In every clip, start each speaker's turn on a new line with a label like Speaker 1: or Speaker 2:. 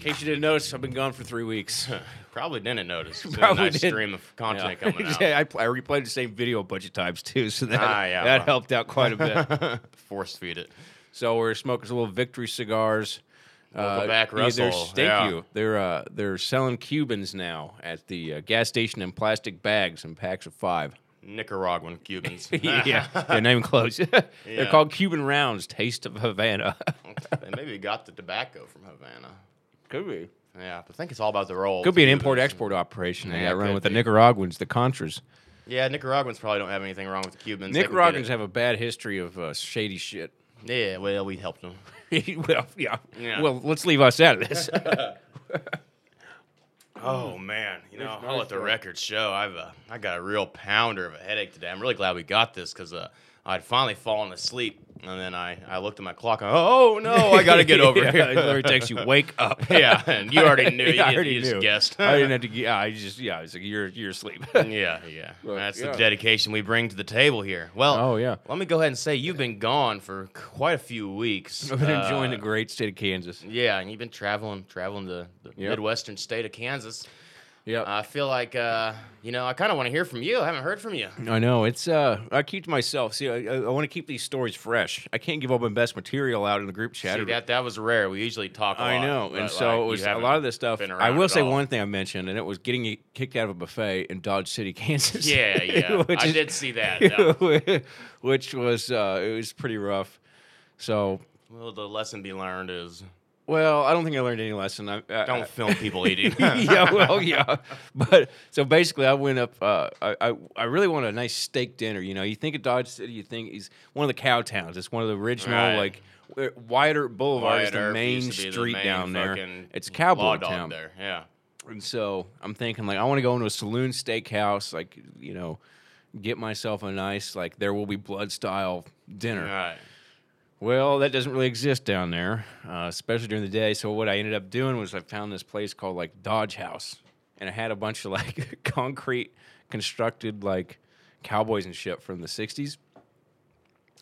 Speaker 1: case you didn't notice, I've been gone for three weeks.
Speaker 2: Probably didn't notice. It's been
Speaker 1: Probably
Speaker 2: a nice
Speaker 1: didn't.
Speaker 2: stream of content
Speaker 1: Yeah.
Speaker 2: coming out.
Speaker 1: Yeah, I, I replayed the same video a bunch of times too, so that,
Speaker 2: Ah, yeah,
Speaker 1: that
Speaker 2: well.
Speaker 1: helped out quite a bit.
Speaker 2: Force feed it.
Speaker 1: so we're smoking some little victory cigars. Uh,
Speaker 2: Welcome back,
Speaker 1: yeah, they're-
Speaker 2: Russell.
Speaker 1: thank
Speaker 2: Yeah.
Speaker 1: you. They're uh, they're selling Cubans now at the uh, gas station in plastic bags in packs of five.
Speaker 2: Nicaraguan Cubans.
Speaker 1: yeah, they're not even close. They're
Speaker 2: Yeah.
Speaker 1: called Cuban Rounds, Taste of Havana.
Speaker 2: they maybe got the tobacco from Havana.
Speaker 1: Could be.
Speaker 2: Yeah, but I think it's all about the roll.
Speaker 1: Could be an import export operation. They
Speaker 2: Yeah,
Speaker 1: got run
Speaker 2: could
Speaker 1: with the
Speaker 2: be.
Speaker 1: Nicaraguans, the Contras.
Speaker 2: Yeah, Nicaraguans probably don't have anything wrong with the Cubans. They can get
Speaker 1: Nicaraguans
Speaker 2: it.
Speaker 1: have a bad history of uh, shady shit.
Speaker 2: Yeah, well, we helped them.
Speaker 1: well, yeah.
Speaker 2: Yeah.
Speaker 1: Well, let's leave us out of this.
Speaker 2: Oh man, you know, I'll let the
Speaker 1: nice,
Speaker 2: record show. I've uh, I got a real pounder of a headache today. I'm really glad we got this because uh, I'd finally fallen asleep, and then I, I looked at my clock. And, oh no, I got to get over
Speaker 1: yeah,
Speaker 2: here.
Speaker 1: It literally takes you wake up.
Speaker 2: yeah, and you already knew.
Speaker 1: Yeah,
Speaker 2: you,
Speaker 1: I
Speaker 2: didn't-
Speaker 1: already
Speaker 2: you
Speaker 1: knew.
Speaker 2: just guessed.
Speaker 1: I didn't have to. ge- Yeah, I just. Yeah, it's like you're you're asleep.
Speaker 2: yeah, yeah.
Speaker 1: Look,
Speaker 2: That's
Speaker 1: yeah.
Speaker 2: the dedication we bring to the table here. Well,
Speaker 1: Oh, yeah.
Speaker 2: Let me go ahead and say you've been gone for quite a few weeks.
Speaker 1: I've been
Speaker 2: Uh,
Speaker 1: enjoying the great state of Kansas.
Speaker 2: Yeah, and you've been traveling, traveling the, the
Speaker 1: Yep.
Speaker 2: midwestern state of Kansas.
Speaker 1: Yeah.
Speaker 2: I feel like, uh, you know, I kind of want to hear from you. I haven't heard from you.
Speaker 1: I know it's. uh I keep to myself. See, I, I, I want to keep these stories fresh. I can't give all my best material out in the group chat.
Speaker 2: See, that that was rare. We usually talk. I
Speaker 1: I know, and so it was a lot of this stuff.
Speaker 2: been
Speaker 1: I
Speaker 2: around
Speaker 1: will
Speaker 2: at
Speaker 1: say
Speaker 2: all.
Speaker 1: one thing I mentioned, and it was getting you kicked out of a buffet in Dodge City, Kansas.
Speaker 2: Yeah, yeah.
Speaker 1: Which
Speaker 2: I
Speaker 1: is-
Speaker 2: did see that. that
Speaker 1: which was uh, it was pretty rough. So,
Speaker 2: well, the lesson be learned is
Speaker 1: well, I don't think I learned any lesson. I, I
Speaker 2: don't film people eating.
Speaker 1: Uh, yeah, well, yeah. But so basically, I went up. Uh, I, I I really want a nice steak dinner. You know, you think of Dodge City, you think it's one of the cow towns. It's one of the original
Speaker 2: Right.
Speaker 1: like w- Wyatt Earp Boulevard is
Speaker 2: Wyatt
Speaker 1: the
Speaker 2: Earp
Speaker 1: main
Speaker 2: used to be the
Speaker 1: street
Speaker 2: main
Speaker 1: down there.
Speaker 2: fucking
Speaker 1: It's a
Speaker 2: law
Speaker 1: cowboy
Speaker 2: dog
Speaker 1: town.
Speaker 2: There, yeah.
Speaker 1: And so I'm thinking like I want to go into a saloon steakhouse, like you know, get myself a nice like there will be blood style dinner.
Speaker 2: All right.
Speaker 1: Well, that doesn't really exist down there, uh, especially during the day. So what I ended up doing was I found this place called like Dodge House, and it had a bunch of like concrete constructed like cowboys and shit from the '60s.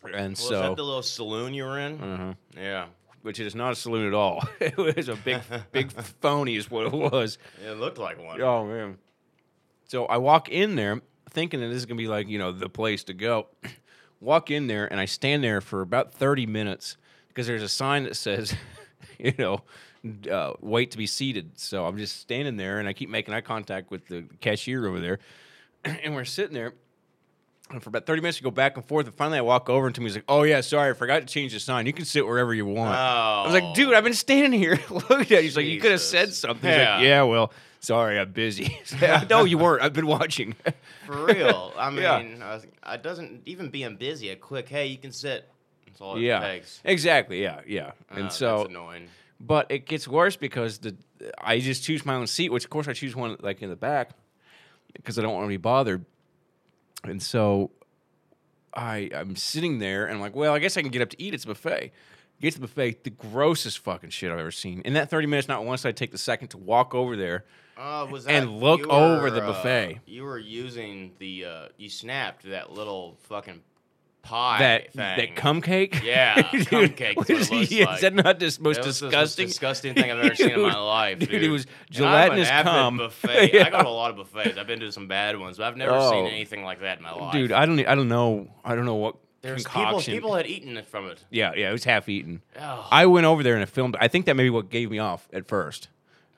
Speaker 1: And
Speaker 2: Well, is
Speaker 1: so,
Speaker 2: that the little saloon you were in?
Speaker 1: Uh-huh.
Speaker 2: Yeah.
Speaker 1: which is not a saloon at all. it was a big, big phony is what it was.
Speaker 2: It looked like one.
Speaker 1: Oh man. So I walk in there thinking that this is gonna be like, you know, the place to go. walk in there and I stand there for about 30 minutes because there's a sign that says, you know, uh, wait to be seated. So I'm just standing there and I keep making eye contact with the cashier over there. and we're sitting there. And for about 30 minutes, we go back and forth. And finally, I walk over and Timmy's like, Oh, yeah, sorry, I forgot to change the sign. You can sit wherever you want. I was
Speaker 2: Oh.
Speaker 1: like, Dude, I've been standing here. Look at you. He's like, You could have
Speaker 2: Jesus.
Speaker 1: said something. He's like,
Speaker 2: Yeah.
Speaker 1: yeah, well, sorry, I'm busy. no, you weren't. I've been watching.
Speaker 2: For real. I mean,
Speaker 1: Yeah.
Speaker 2: I was- it doesn't even being busy. A quick, hey, you can sit. That's all it
Speaker 1: yeah,
Speaker 2: takes.
Speaker 1: exactly. Yeah, yeah.
Speaker 2: Ah,
Speaker 1: and so,
Speaker 2: that's annoying.
Speaker 1: but it gets worse because the I just choose my own seat, which of course I choose one like in the back because I don't want to be bothered. And so, I I'm sitting there and I'm like, well, I guess I can get up to eat. It's a buffet. Get to the buffet, the grossest fucking shit I've ever seen. In that 30 minutes, not once did I take the second to walk over there.
Speaker 2: Uh, was that,
Speaker 1: And look
Speaker 2: you
Speaker 1: over the
Speaker 2: uh,
Speaker 1: buffet.
Speaker 2: you were using the uh, you snapped that little fucking pie
Speaker 1: that
Speaker 2: thing.
Speaker 1: that cum cake?
Speaker 2: Yeah,
Speaker 1: Dude,
Speaker 2: cupcake's what it
Speaker 1: was-
Speaker 2: looks
Speaker 1: yeah,
Speaker 2: like.
Speaker 1: Is that not the most
Speaker 2: That was the most
Speaker 1: disgusting?
Speaker 2: disgusting thing I've ever seen in my
Speaker 1: Dude,
Speaker 2: life,
Speaker 1: dude,
Speaker 2: dude.
Speaker 1: it was
Speaker 2: And I'm an
Speaker 1: gelatinous
Speaker 2: avid
Speaker 1: cum.
Speaker 2: Buffet. I
Speaker 1: Yeah.
Speaker 2: go to a lot of buffets. I've been to some bad ones, but I've never
Speaker 1: Oh.
Speaker 2: seen anything like that in my life.
Speaker 1: Dude, I don't. e- I don't know. I don't know what
Speaker 2: There's people,
Speaker 1: concoction.
Speaker 2: people had eaten it from it.
Speaker 1: Yeah, yeah, it was half eaten.
Speaker 2: Oh,
Speaker 1: I went over there and I filmed. I think that may be what gave me off at first.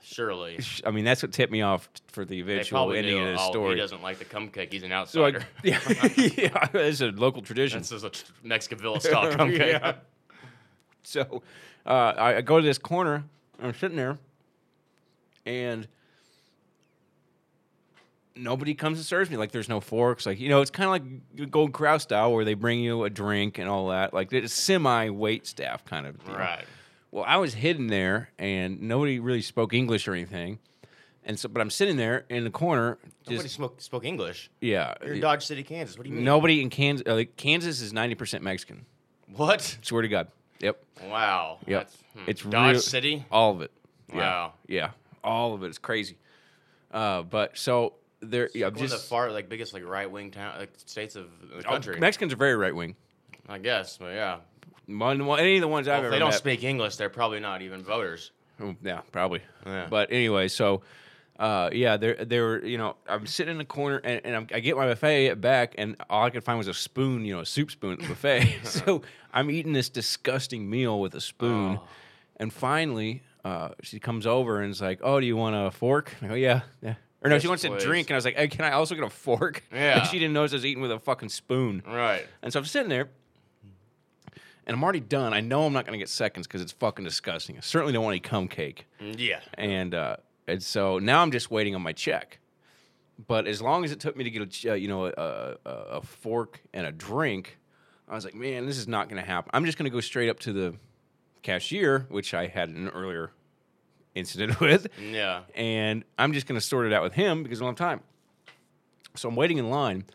Speaker 2: surely.
Speaker 1: I mean, that's what tipped me off t- for the
Speaker 2: They
Speaker 1: eventual
Speaker 2: probably
Speaker 1: ending
Speaker 2: knew,
Speaker 1: of this
Speaker 2: oh, he
Speaker 1: story.
Speaker 2: doesn't like the cum cake. He's an
Speaker 1: So I,
Speaker 2: outsider.
Speaker 1: yeah, yeah, it's a local tradition.
Speaker 2: this is a tr- Mexican Villa style cum cake.
Speaker 1: Yeah. So uh, I, I go to this corner. I'm sitting there, and nobody comes and serves me. Like there's no forks. Like you know, it's kind of like Gold Crow style, where they bring you a drink and all that. Like it's semi wait staff kind of. Deal.
Speaker 2: Right.
Speaker 1: Well, I was hidden there, and nobody really spoke English or anything. And so, but I'm sitting there in the corner,
Speaker 2: Nobody
Speaker 1: just
Speaker 2: spoke, spoke English.
Speaker 1: yeah.
Speaker 2: You're in Dodge City, Kansas. What do you mean?
Speaker 1: Nobody in Kansas. Uh, Kansas is ninety percent Mexican.
Speaker 2: What?
Speaker 1: Swear to God. Yep.
Speaker 2: Wow.
Speaker 1: Yep.
Speaker 2: That's- hmm.
Speaker 1: It's
Speaker 2: Dodge
Speaker 1: real-
Speaker 2: City.
Speaker 1: All of it. Yeah.
Speaker 2: Wow.
Speaker 1: Yeah. All of it. It's crazy. Uh, but so there, yeah,
Speaker 2: Like one of the
Speaker 1: just
Speaker 2: far like biggest like right wing town like, states of the
Speaker 1: oh,
Speaker 2: country.
Speaker 1: Mexicans are very right wing.
Speaker 2: I guess, but yeah.
Speaker 1: Mon- well, Any of the ones I've
Speaker 2: Well, if
Speaker 1: ever
Speaker 2: they don't
Speaker 1: met.
Speaker 2: speak English, they're probably not even voters.
Speaker 1: Oh, Yeah, probably.
Speaker 2: Yeah.
Speaker 1: But anyway, so uh, yeah, there there were you know I'm sitting in a corner and, and I'm, I get my buffet back and all I could find was a spoon, you know, a soup spoon at the buffet. so I'm eating this disgusting meal with a spoon,
Speaker 2: Oh.
Speaker 1: and finally uh, she comes over and is like, "Oh, do you want a fork?" I go, "Yeah, yeah." Or no,
Speaker 2: Yes,
Speaker 1: she wants
Speaker 2: please.
Speaker 1: a drink, and I was like, hey, "Can I also get a fork?" Like,
Speaker 2: Yeah.
Speaker 1: she didn't notice I was eating with a fucking spoon.
Speaker 2: Right.
Speaker 1: And so I'm sitting there, and I'm already done. I know I'm not going to get seconds because it's fucking disgusting. I certainly don't want any cum cake.
Speaker 2: Yeah.
Speaker 1: And uh, and so now I'm just waiting on my check. But as long as it took me to get a ch- uh, you know a, a, a fork and a drink, I was like, man, this is not going to happen. I'm just going to go straight up to the cashier, which I had an earlier incident with
Speaker 2: Yeah.
Speaker 1: and I'm just going to sort it out with him because I don't have time. So I'm waiting in line,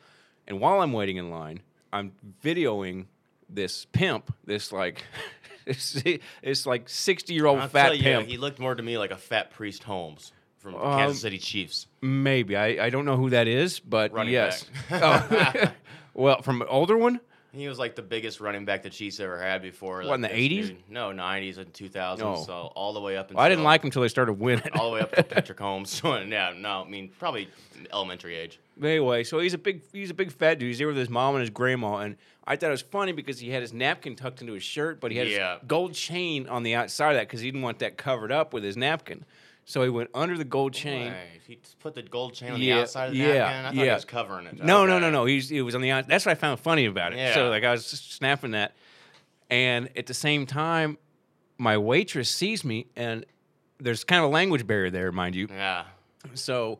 Speaker 1: and while I'm waiting in line, I'm videoing this pimp, this like, this, this like 60 year old
Speaker 2: I'll
Speaker 1: fat
Speaker 2: tell you,
Speaker 1: pimp.
Speaker 2: he looked more to me like a fat priest Holmes from the
Speaker 1: Um,
Speaker 2: Kansas City Chiefs.
Speaker 1: Maybe I, I don't know who that is, but
Speaker 2: Running
Speaker 1: yes.
Speaker 2: back.
Speaker 1: Oh, well, from an older one.
Speaker 2: He was like the biggest running back the Chiefs ever had before. like,
Speaker 1: in the
Speaker 2: this
Speaker 1: 80s?
Speaker 2: dude- No, 90s and 2000s.
Speaker 1: No.
Speaker 2: So all the way up. Until,
Speaker 1: I didn't like him until they started winning.
Speaker 2: all the way up to Patrick Holmes. So, yeah, no, I mean probably elementary age.
Speaker 1: Anyway, so he's a big he's a big fat dude. He's there with his mom and his grandma, and I thought it was funny because he had his napkin tucked into his shirt, but he had
Speaker 2: Yeah.
Speaker 1: his gold chain on the outside of that because he didn't want that covered up with his napkin. So he went under the gold
Speaker 2: Oh
Speaker 1: chain.
Speaker 2: Right. He just put the gold chain on the
Speaker 1: Yeah,
Speaker 2: outside of the
Speaker 1: yeah,
Speaker 2: napkin. I thought he
Speaker 1: yeah.
Speaker 2: was covering it.
Speaker 1: No, no,
Speaker 2: Okay.
Speaker 1: no, no. He's it was on the outside. That's what I found funny about it.
Speaker 2: Yeah.
Speaker 1: So like I was just snapping that, and at the same time, my waitress sees me, and there's kind of a language barrier there, mind you.
Speaker 2: Yeah.
Speaker 1: So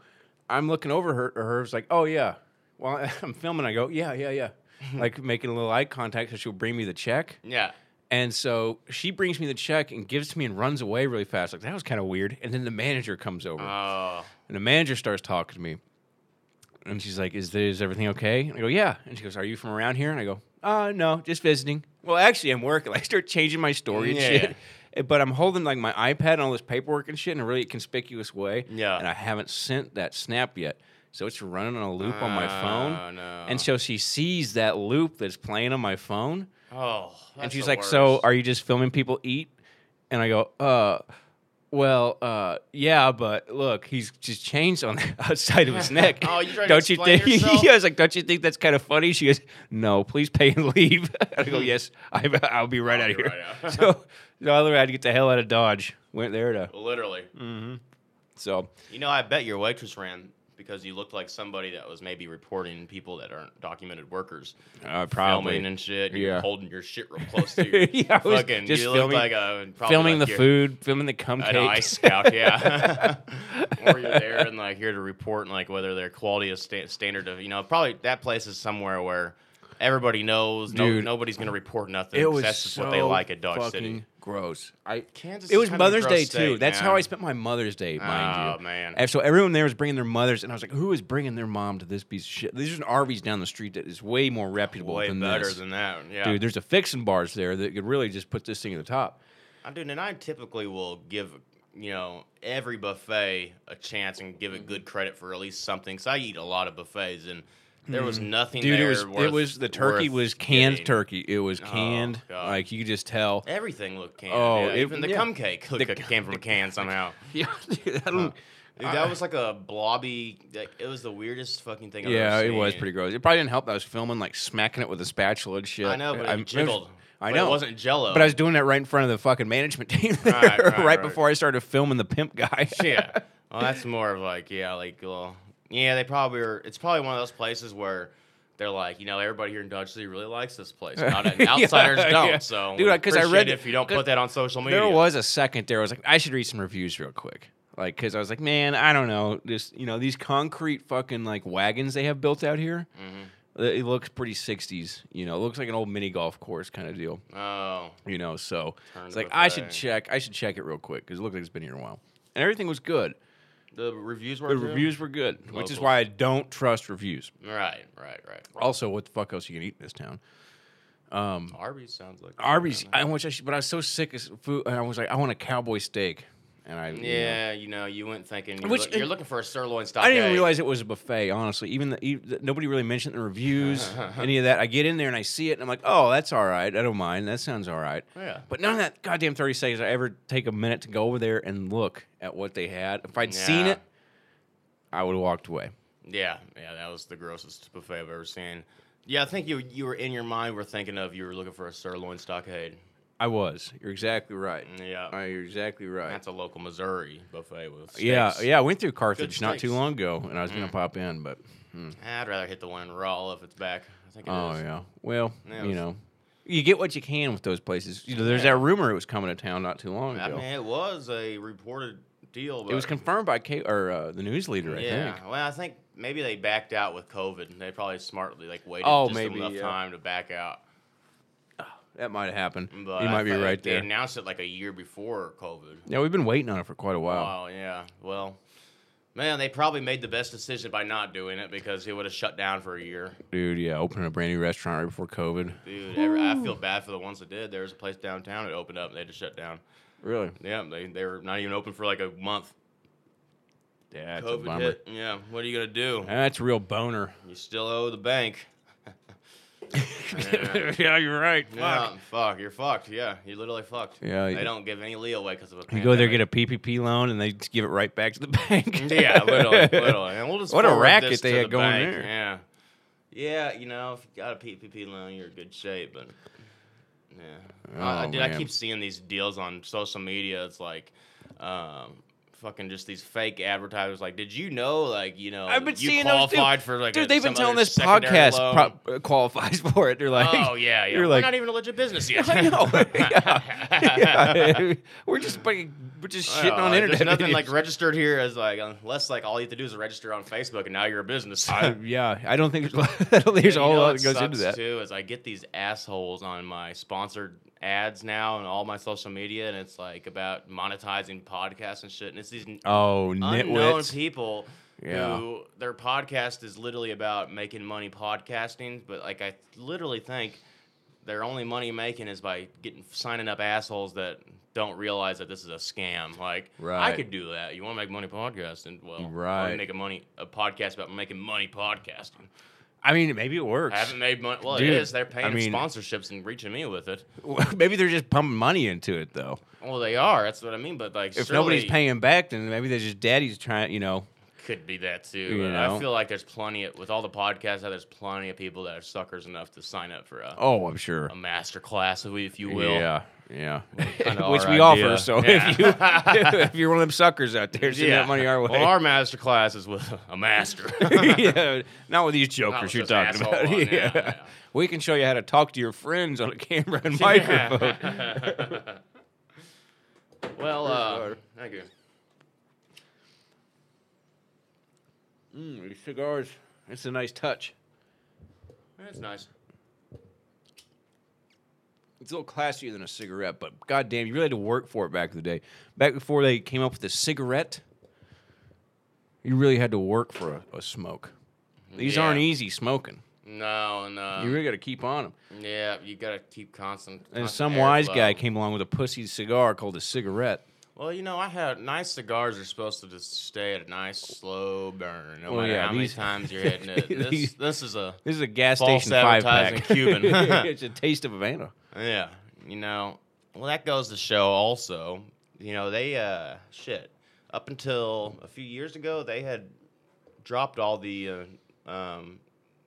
Speaker 1: I'm looking over her. Her was like, "Oh yeah." Well, I'm filming. I go, "Yeah, yeah, yeah," like making a little eye contact, so she'll bring me the check.
Speaker 2: Yeah.
Speaker 1: And so she brings me the check and gives to me and runs away really fast. Like that was kind of weird. And then the manager comes over
Speaker 2: Oh.
Speaker 1: and the manager starts talking to me, and she's like, "Is this everything okay?" And I go, "Yeah." And she goes, "Are you from around here?" And I go, "Uh, no, just visiting." Well, actually, I'm working. I start changing my story and
Speaker 2: Yeah.
Speaker 1: shit. Eh, But I'm holding like my iPad and all this paperwork and shit in a really conspicuous way.
Speaker 2: Yeah.
Speaker 1: And I haven't sent that snap yet, so it's running on a loop on my
Speaker 2: Oh
Speaker 1: phone.
Speaker 2: no.
Speaker 1: And so she sees that loop that's playing on my phone,
Speaker 2: oh.
Speaker 1: and
Speaker 2: that's
Speaker 1: she's
Speaker 2: the
Speaker 1: like, "So
Speaker 2: worst.
Speaker 1: are you just filming people eat?" And I go, "Uh, well, uh, yeah, but look, he's just changed on the outside of his neck.
Speaker 2: Oh, you trying to
Speaker 1: don't you
Speaker 2: explain
Speaker 1: think?"
Speaker 2: yourself?
Speaker 1: I was like, "Don't you think that's kind of funny?" She goes, "No, please pay and leave." I go, "Yes, I, I'll be right out
Speaker 2: Hmm. be
Speaker 1: of here."
Speaker 2: right out.
Speaker 1: so the other way, I had to get the hell out of Dodge. Went there to
Speaker 2: literally.
Speaker 1: so
Speaker 2: Mm.
Speaker 1: uh,
Speaker 2: You know, I bet your waitress ran because you looked like somebody that was maybe reporting people that aren't documented workers.
Speaker 1: uh,
Speaker 2: Filming
Speaker 1: probably
Speaker 2: and shit. You're
Speaker 1: Yeah.
Speaker 2: holding your shit real close to you.
Speaker 1: Yeah, I was
Speaker 2: fucking,
Speaker 1: just
Speaker 2: you
Speaker 1: filming-
Speaker 2: look like a probably
Speaker 1: filming
Speaker 2: like
Speaker 1: the
Speaker 2: you're-
Speaker 1: food, filming the cum
Speaker 2: An
Speaker 1: cake.
Speaker 2: ice scout, yeah. or you're there and like here to report and like whether their quality of sta- standard of you know probably that place is somewhere where everybody knows no,
Speaker 1: Dude.
Speaker 2: nobody's gonna report nothing.
Speaker 1: It
Speaker 2: 'cause
Speaker 1: was
Speaker 2: that's just what they
Speaker 1: so
Speaker 2: like at Dodge
Speaker 1: fucking
Speaker 2: City.
Speaker 1: Gross. I
Speaker 2: Kansas.
Speaker 1: It
Speaker 2: is
Speaker 1: was
Speaker 2: kind of a
Speaker 1: Mother's
Speaker 2: gross
Speaker 1: Day too.
Speaker 2: state,
Speaker 1: That's
Speaker 2: man.
Speaker 1: how I spent my Mother's Day, mind
Speaker 2: Oh,
Speaker 1: you.
Speaker 2: man.
Speaker 1: And so everyone there was bringing their mothers, and I was like, "Who is bringing their mom to this piece of shit?" There's an Arby's down the street that is way more reputable
Speaker 2: Way
Speaker 1: than
Speaker 2: better
Speaker 1: this.
Speaker 2: than that, yeah.
Speaker 1: Dude, there's a fixin' bars there that could really just put this thing in the top.
Speaker 2: I do, and I typically will give you know every buffet a chance and give it good credit for at least something. Cause I eat a lot of buffets, and there Mm. was nothing.
Speaker 1: Dude, it
Speaker 2: there
Speaker 1: was
Speaker 2: worth-
Speaker 1: it was the turkey
Speaker 2: worth
Speaker 1: was canned
Speaker 2: getting. Oh,
Speaker 1: turkey. It was canned.
Speaker 2: God.
Speaker 1: like you could just tell.
Speaker 2: Everything looked canned.
Speaker 1: Oh,
Speaker 2: yeah.
Speaker 1: it-
Speaker 2: even the
Speaker 1: yeah.
Speaker 2: cum cake looked, came from a can somehow.
Speaker 1: Yeah, dude, I don't.
Speaker 2: Dude, that was like a blobby. Like, it was the weirdest fucking thing. I've
Speaker 1: yeah,
Speaker 2: ever
Speaker 1: it was
Speaker 2: seen.
Speaker 1: pretty gross. It probably didn't help that I was filming like smacking it with a spatula and shit.
Speaker 2: I know, but
Speaker 1: I'm-
Speaker 2: it jiggled.
Speaker 1: I
Speaker 2: But
Speaker 1: know.
Speaker 2: it wasn't Jello.
Speaker 1: But I was doing that right in front of the fucking management team there,
Speaker 2: Right,
Speaker 1: right,
Speaker 2: right, right.
Speaker 1: before I started filming the pimp guy.
Speaker 2: yeah. Well, that's more of like yeah, like well, yeah. They probably are. It's probably one of those places where. They're like, you know, everybody here in Dodge City really likes this place. Not,
Speaker 1: Yeah,
Speaker 2: outsiders don't.
Speaker 1: yeah.
Speaker 2: So,
Speaker 1: Dude,
Speaker 2: we
Speaker 1: I- 'cause I
Speaker 2: appreciate
Speaker 1: read-
Speaker 2: if you don't put
Speaker 1: 'cause
Speaker 2: that on social media.
Speaker 1: there was a second there. I was like, I should read some reviews real quick. Like, cause I was like, man, I don't know, this, you know, these concrete fucking like wagons they have built out here.
Speaker 2: Mm-hmm.
Speaker 1: It it looks pretty '60s, you know. It looks like an old mini golf course kind of deal,
Speaker 2: Oh,
Speaker 1: you know. So
Speaker 2: Turned
Speaker 1: it's like I
Speaker 2: buffet.
Speaker 1: should check. I should check it real quick because it looks like it's been here a while. And everything was good.
Speaker 2: the reviews were
Speaker 1: The
Speaker 2: good?
Speaker 1: reviews were good, which is
Speaker 2: Locals.
Speaker 1: why I don't trust reviews.
Speaker 2: Right, right, right.
Speaker 1: Also, what the fuck else you can eat in this town?
Speaker 2: Arby's sounds like
Speaker 1: Um, Arby's. I wish I should, but I was so sick of food. And I was like, I want a cowboy steak. and I you know,
Speaker 2: Yeah, you know, you went thinking you're,
Speaker 1: Which-
Speaker 2: loo- you're looking for a sirloin stock.
Speaker 1: I didn't even realize it was a buffet, honestly. Even the, e- th- nobody really mentioned it in reviews, any of that. I get in there and I see it, and I'm like, "Oh, that's all right. I don't mind. That sounds all right."
Speaker 2: Yeah.
Speaker 1: But none of that goddamn thirty seconds. I ever take a minute to go over there and look at what they had. If I'd seen
Speaker 2: Yeah.
Speaker 1: it, I would have walked away.
Speaker 2: Yeah, yeah, that was the grossest buffet I've ever seen. Yeah, I think you you were in your mind were thinking of you were looking for a sirloin stockade.
Speaker 1: I was. You're exactly right.
Speaker 2: Yeah,
Speaker 1: Uh, you're exactly right.
Speaker 2: Mm. that's a local Missouri buffet with steaks.
Speaker 1: yeah, yeah. I went through Carthage not too
Speaker 2: steaks. Mm.
Speaker 1: long ago, and I was gonna pop in, but
Speaker 2: I'd rather hit the one in Raw if it's back. I think it is.
Speaker 1: oh yeah. Well,
Speaker 2: Yeah, it
Speaker 1: you
Speaker 2: was-
Speaker 1: know, you get what you can with those places. You know, there's
Speaker 2: Yeah.
Speaker 1: that rumor it was coming to town not too long ago.
Speaker 2: I mean, it was a reported deal. But
Speaker 1: It was confirmed by K or uh, the news leader, I
Speaker 2: yeah.
Speaker 1: think.
Speaker 2: Well, I think maybe they backed out with COVID. and They probably smartly like waited
Speaker 1: Oh,
Speaker 2: just
Speaker 1: maybe,
Speaker 2: enough
Speaker 1: yeah.
Speaker 2: time to back out.
Speaker 1: That might have happened.
Speaker 2: But
Speaker 1: you
Speaker 2: I
Speaker 1: might be
Speaker 2: think
Speaker 1: right
Speaker 2: They
Speaker 1: there.
Speaker 2: announced it like a year before COVID.
Speaker 1: yeah, we've been waiting on it for quite a while.
Speaker 2: Oh yeah. Well, man, they probably made the best decision by not doing it because it would have shut down for a year.
Speaker 1: Dude, yeah, opening a brand new restaurant right before COVID.
Speaker 2: Dude, every, I feel bad for the ones that did. There was a place downtown that opened up and they just shut down.
Speaker 1: Really?
Speaker 2: Yeah, they they were not even open for like a month.
Speaker 1: Yeah, that's a
Speaker 2: COVID
Speaker 1: bummer.
Speaker 2: hit. Yeah, what are you gonna do?
Speaker 1: That's a real boner.
Speaker 2: You still owe the bank.
Speaker 1: Yeah, you're right.
Speaker 2: Yeah, fuck, you're fucked. Yeah, you're literally fucked.
Speaker 1: Yeah,
Speaker 2: they
Speaker 1: you-
Speaker 2: don't give any leeway because of a
Speaker 1: You go there, get
Speaker 2: pandemic.
Speaker 1: a PPP loan, and they just give it right back to the bank.
Speaker 2: yeah, literally, literally. And we'll just
Speaker 1: What a
Speaker 2: forward
Speaker 1: racket
Speaker 2: this
Speaker 1: they
Speaker 2: to
Speaker 1: had
Speaker 2: the
Speaker 1: going
Speaker 2: bank.
Speaker 1: there.
Speaker 2: Yeah, yeah. You know, if you got a PPP loan, you're in good shape. But yeah, uh,
Speaker 1: Oh,
Speaker 2: dude, I
Speaker 1: man.
Speaker 2: keep seeing these deals on social media. It's like, um. Fucking just these fake advertisers. Like, did you know? Like, you know,
Speaker 1: I've been
Speaker 2: you
Speaker 1: seeing those, dude.
Speaker 2: qualified for like. a-
Speaker 1: Dude, they've been telling
Speaker 2: some other
Speaker 1: this
Speaker 2: secondary
Speaker 1: podcast
Speaker 2: loan.
Speaker 1: pro- uh, qualifies for it. They're like,
Speaker 2: oh yeah, yeah.
Speaker 1: you're
Speaker 2: We're
Speaker 1: like-
Speaker 2: not even a legit business yet.
Speaker 1: I know. Yeah. Yeah. We're just fucking- we're just shitting
Speaker 2: Well,
Speaker 1: on
Speaker 2: like,
Speaker 1: internet.
Speaker 2: There's nothing like
Speaker 1: videos.
Speaker 2: registered here as like unless like all you have to do is register on Facebook and now you're a business.
Speaker 1: I, yeah, I don't think there's, I don't think there's a
Speaker 2: You
Speaker 1: whole
Speaker 2: know
Speaker 1: lot
Speaker 2: what
Speaker 1: that goes into
Speaker 2: sucks,
Speaker 1: that.
Speaker 2: Too is I get these assholes on my sponsored ads now and all my social media, and it's like about monetizing podcasts and shit. And it's these n-
Speaker 1: Oh,
Speaker 2: unknown
Speaker 1: nitwits.
Speaker 2: people
Speaker 1: Yeah.
Speaker 2: who their podcast is literally about making money podcasting, but like I literally think their only money making is by getting signing up assholes that don't realize that this is a scam. Like I
Speaker 1: Right.
Speaker 2: could do that. You want to make money podcasting? Well,
Speaker 1: Right.
Speaker 2: I'm making money a podcast about making money podcasting.
Speaker 1: I mean, maybe it works.
Speaker 2: I haven't made money. Well,
Speaker 1: Dude,
Speaker 2: it is. They're paying
Speaker 1: I mean-
Speaker 2: sponsorships and reaching me with it.
Speaker 1: maybe they're just pumping money into it though.
Speaker 2: Well, they are. That's what I mean. But like,
Speaker 1: If nobody's
Speaker 2: surely
Speaker 1: paying back, then maybe they're just daddy's trying. You know,
Speaker 2: could be that too.
Speaker 1: You
Speaker 2: And
Speaker 1: know?
Speaker 2: I feel like there's plenty of, with all the podcasts. There's plenty of people that are suckers enough to sign up for a,
Speaker 1: oh, I'm sure.
Speaker 2: a master class, if you Um, will.
Speaker 1: Yeah, yeah.
Speaker 2: kinda
Speaker 1: Which
Speaker 2: our
Speaker 1: we
Speaker 2: idea.
Speaker 1: offer. So
Speaker 2: Yeah.
Speaker 1: if you if you're one of them suckers out there, send
Speaker 2: Yeah.
Speaker 1: that money our way.
Speaker 2: Well, our master class is with a master.
Speaker 1: yeah, not with these
Speaker 2: Not
Speaker 1: jokers
Speaker 2: with
Speaker 1: you're
Speaker 2: this
Speaker 1: talking
Speaker 2: asshole
Speaker 1: about.
Speaker 2: on,
Speaker 1: yeah.
Speaker 2: yeah, yeah.
Speaker 1: we can show you how to talk to your friends on a camera and microphone.
Speaker 2: well, uh,
Speaker 1: water.
Speaker 2: thank you.
Speaker 1: Mm, these cigars. It's a nice touch.
Speaker 2: That's nice.
Speaker 1: It's a little classier than a cigarette, but goddamn, you really had to work for it back in the day. Back before they came up with the cigarette, you really had to work for a, a smoke. These
Speaker 2: Yeah.
Speaker 1: aren't easy smoking.
Speaker 2: No, no.
Speaker 1: You really got to keep on them.
Speaker 2: yeah, you gotta keep constant.
Speaker 1: And
Speaker 2: constant
Speaker 1: some wise
Speaker 2: airflow.
Speaker 1: guy came along with a pussy cigar called a cigarette.
Speaker 2: Well, you know, I had nice cigars are supposed to just stay at a nice slow burn, no
Speaker 1: Well,
Speaker 2: matter
Speaker 1: yeah,
Speaker 2: how many
Speaker 1: these-
Speaker 2: times you're hitting it. This,
Speaker 1: these-
Speaker 2: this is a
Speaker 1: This is a gas
Speaker 2: False
Speaker 1: station five pack.
Speaker 2: advertising Cuban.
Speaker 1: it's a taste of Havana.
Speaker 2: yeah, you know. Well, that goes to show also, you know, they uh shit up until a few years ago they had dropped all the uh, um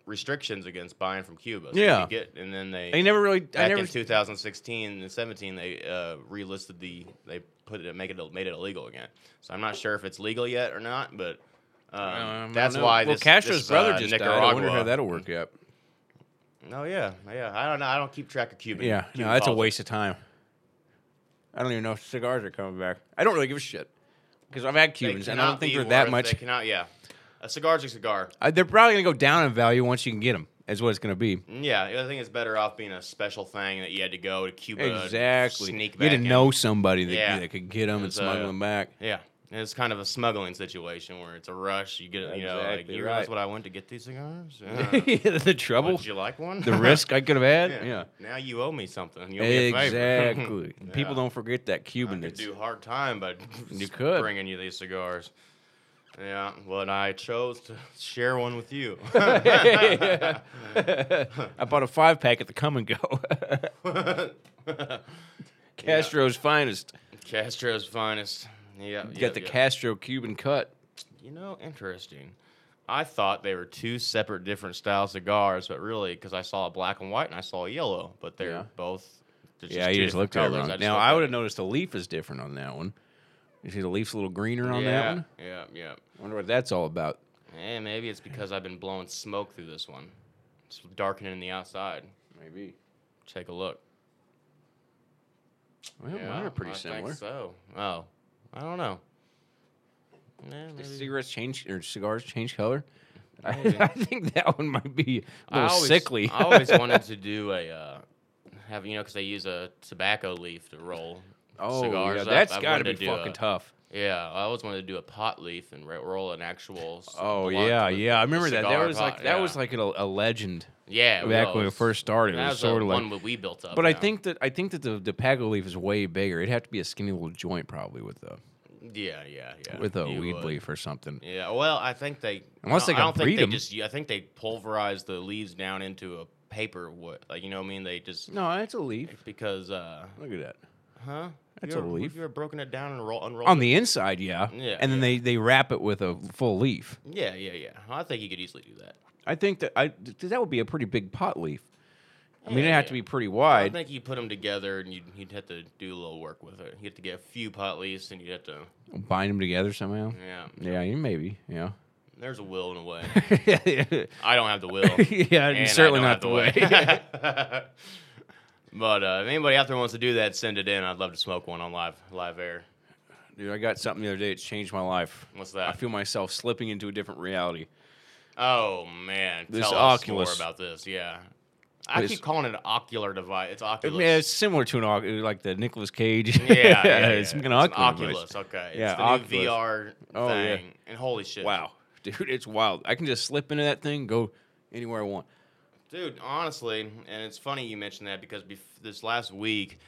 Speaker 2: restrictions against buying from Cuba. So you
Speaker 1: Yeah.
Speaker 2: could get and then they
Speaker 1: I never really. I
Speaker 2: back
Speaker 1: never.
Speaker 2: in 2016 and 17 they uh, relisted the they put it make it made it illegal again so i'm not sure if it's legal yet or not but um,
Speaker 1: I don't
Speaker 2: that's
Speaker 1: know.
Speaker 2: why
Speaker 1: Well,
Speaker 2: this,
Speaker 1: Castro's
Speaker 2: this,
Speaker 1: brother
Speaker 2: uh,
Speaker 1: just died. I
Speaker 2: Nicaragua.
Speaker 1: wonder how that'll work out.
Speaker 2: oh yeah yeah i don't know i don't keep track of cuban
Speaker 1: Yeah,
Speaker 2: Cuban
Speaker 1: no, that's a
Speaker 2: politics.
Speaker 1: waste of time. I don't even know if cigars are coming back. I don't really give a shit because I've had
Speaker 2: They
Speaker 1: Cubans and I
Speaker 2: cannot
Speaker 1: don't think
Speaker 2: be
Speaker 1: they're that
Speaker 2: worth-
Speaker 1: much.
Speaker 2: they cannot yeah a cigar's a cigar
Speaker 1: I, they're probably gonna go down in value once you can get them. Is what it's gonna be.
Speaker 2: Mm, yeah i think it's better off being a special thing that you had to go to cuba to
Speaker 1: exactly.
Speaker 2: sneak
Speaker 1: you
Speaker 2: back
Speaker 1: had to
Speaker 2: in.
Speaker 1: know somebody that,
Speaker 2: Yeah.
Speaker 1: that could get them and
Speaker 2: was,
Speaker 1: smuggle
Speaker 2: uh,
Speaker 1: them back.
Speaker 2: yeah And it's kind of a smuggling situation where it's a rush. You get, you know, like,
Speaker 1: Exactly
Speaker 2: you
Speaker 1: right.
Speaker 2: realize what I went to get these cigars? Yeah.
Speaker 1: the trouble,
Speaker 2: Would you like one?
Speaker 1: the risk I could have had.
Speaker 2: yeah.
Speaker 1: Yeah,
Speaker 2: Now you owe me something. You owe me a favor.
Speaker 1: exactly.
Speaker 2: Yeah.
Speaker 1: People don't forget that
Speaker 2: I
Speaker 1: Cuban.
Speaker 2: could
Speaker 1: It's,
Speaker 2: do hard time by
Speaker 1: You could.
Speaker 2: bringing you these cigars. Yeah, but I chose to share one with you.
Speaker 1: I bought a five pack at the Come and Go. Castro's finest.
Speaker 2: Castro's finest. Yeah,
Speaker 1: You
Speaker 2: yep,
Speaker 1: got the
Speaker 2: yep.
Speaker 1: Castro Cuban cut.
Speaker 2: You know, interesting. I thought they were two separate, different style cigars, but really, because I saw a black and white and I saw a yellow, but they're
Speaker 1: Yeah.
Speaker 2: both. they're
Speaker 1: yeah,
Speaker 2: two
Speaker 1: you just
Speaker 2: different
Speaker 1: looked at it
Speaker 2: colors.
Speaker 1: wrong.
Speaker 2: just
Speaker 1: Now
Speaker 2: looked
Speaker 1: I
Speaker 2: at
Speaker 1: would have
Speaker 2: it.
Speaker 1: noticed the leaf is different on that one. You see the leaf's a little greener on
Speaker 2: yeah,
Speaker 1: that one.
Speaker 2: Yeah, yeah.
Speaker 1: I wonder what that's all about.
Speaker 2: Eh, maybe it's because I've been blowing smoke through this one. It's darkening the outside.
Speaker 1: Maybe.
Speaker 2: Take a look.
Speaker 1: Well, mine are pretty similar.
Speaker 2: Think so. Oh, I don't know. Nah,
Speaker 1: Did
Speaker 2: maybe.
Speaker 1: cigarettes change or cigars change color? I,
Speaker 2: Maybe.
Speaker 1: I think that one might be a
Speaker 2: I
Speaker 1: little
Speaker 2: always,
Speaker 1: sickly.
Speaker 2: I always wanted to do a uh, have you know because they use a tobacco leaf to roll
Speaker 1: oh,
Speaker 2: cigars.
Speaker 1: yeah,
Speaker 2: up.
Speaker 1: that's
Speaker 2: I've
Speaker 1: got to
Speaker 2: wanted
Speaker 1: be
Speaker 2: do
Speaker 1: fucking
Speaker 2: a-
Speaker 1: tough.
Speaker 2: Yeah, I always wanted to do a pot leaf and ro- roll an actual. s-
Speaker 1: Oh
Speaker 2: blunt
Speaker 1: yeah,
Speaker 2: with
Speaker 1: yeah, I
Speaker 2: the
Speaker 1: remember that. That
Speaker 2: cigar
Speaker 1: was like
Speaker 2: pot,
Speaker 1: that
Speaker 2: yeah.
Speaker 1: was like a, a legend
Speaker 2: yeah it
Speaker 1: back when it
Speaker 2: was.
Speaker 1: first started. It
Speaker 2: That
Speaker 1: was,
Speaker 2: was the
Speaker 1: sort of like,
Speaker 2: one that we built up.
Speaker 1: but I
Speaker 2: now.
Speaker 1: think that I think that the the pago leaf is way bigger. It'd have to be a skinny little joint probably with a
Speaker 2: yeah, yeah, yeah,
Speaker 1: with a
Speaker 2: you
Speaker 1: weed
Speaker 2: would.
Speaker 1: leaf or something.
Speaker 2: Yeah, well, I think they
Speaker 1: Unless they
Speaker 2: I don't-
Speaker 1: can
Speaker 2: I don't
Speaker 1: breed
Speaker 2: think
Speaker 1: 'em.
Speaker 2: they just I think they pulverize the leaves down into a paper. What like you know what I mean? They just
Speaker 1: No, it's a leaf.
Speaker 2: because uh
Speaker 1: Look at that.
Speaker 2: huh?
Speaker 1: That's
Speaker 2: you
Speaker 1: a
Speaker 2: ever,
Speaker 1: leaf.
Speaker 2: Have you ever broken it down and roll unrolled
Speaker 1: On
Speaker 2: it?
Speaker 1: the inside, yeah.
Speaker 2: Yeah,
Speaker 1: And then
Speaker 2: yeah.
Speaker 1: they they wrap it with a full leaf.
Speaker 2: Yeah, yeah, yeah. I think you could easily do that.
Speaker 1: I think that I th- that would be a pretty big pot leaf. I mean,
Speaker 2: Yeah,
Speaker 1: it'd have to be
Speaker 2: yeah.
Speaker 1: pretty
Speaker 2: I
Speaker 1: wide.
Speaker 2: think you put them together and you'd, you'd have to do a little work with it. You'd have to get a few pot leaves and you'd have to
Speaker 1: Bind them together somehow.
Speaker 2: yeah.
Speaker 1: Yeah, you maybe. Yeah.
Speaker 2: There's a will in a way.
Speaker 1: yeah,
Speaker 2: I don't have the will. and I
Speaker 1: certainly not
Speaker 2: don't have
Speaker 1: the way.
Speaker 2: but uh, if anybody out there wants to do that, send it in. I'd love to smoke one on live live air.
Speaker 1: Dude, I got something the other day. It's changed my life.
Speaker 2: What's
Speaker 1: I
Speaker 2: that?
Speaker 1: feel myself slipping into a different reality.
Speaker 2: Oh man,
Speaker 1: This
Speaker 2: tell
Speaker 1: Oculus.
Speaker 2: us more about this. Yeah, I
Speaker 1: This-
Speaker 2: keep calling it an ocular device. It's
Speaker 1: I
Speaker 2: Oculus.
Speaker 1: mean, it's similar to an Oc- like the Nicolas Cage.
Speaker 2: yeah, yeah, yeah.
Speaker 1: it's like an
Speaker 2: an
Speaker 1: Oculus.
Speaker 2: Oculus. Okay, it's
Speaker 1: Yeah,
Speaker 2: the
Speaker 1: Oculus.
Speaker 2: new VR
Speaker 1: Oh, yeah.
Speaker 2: thing. And holy shit,
Speaker 1: Wow, dude, it's wild. I can just slip into that thing, go anywhere I want.
Speaker 2: dude. Honestly, and it's funny you mentioned that because bef- this last week.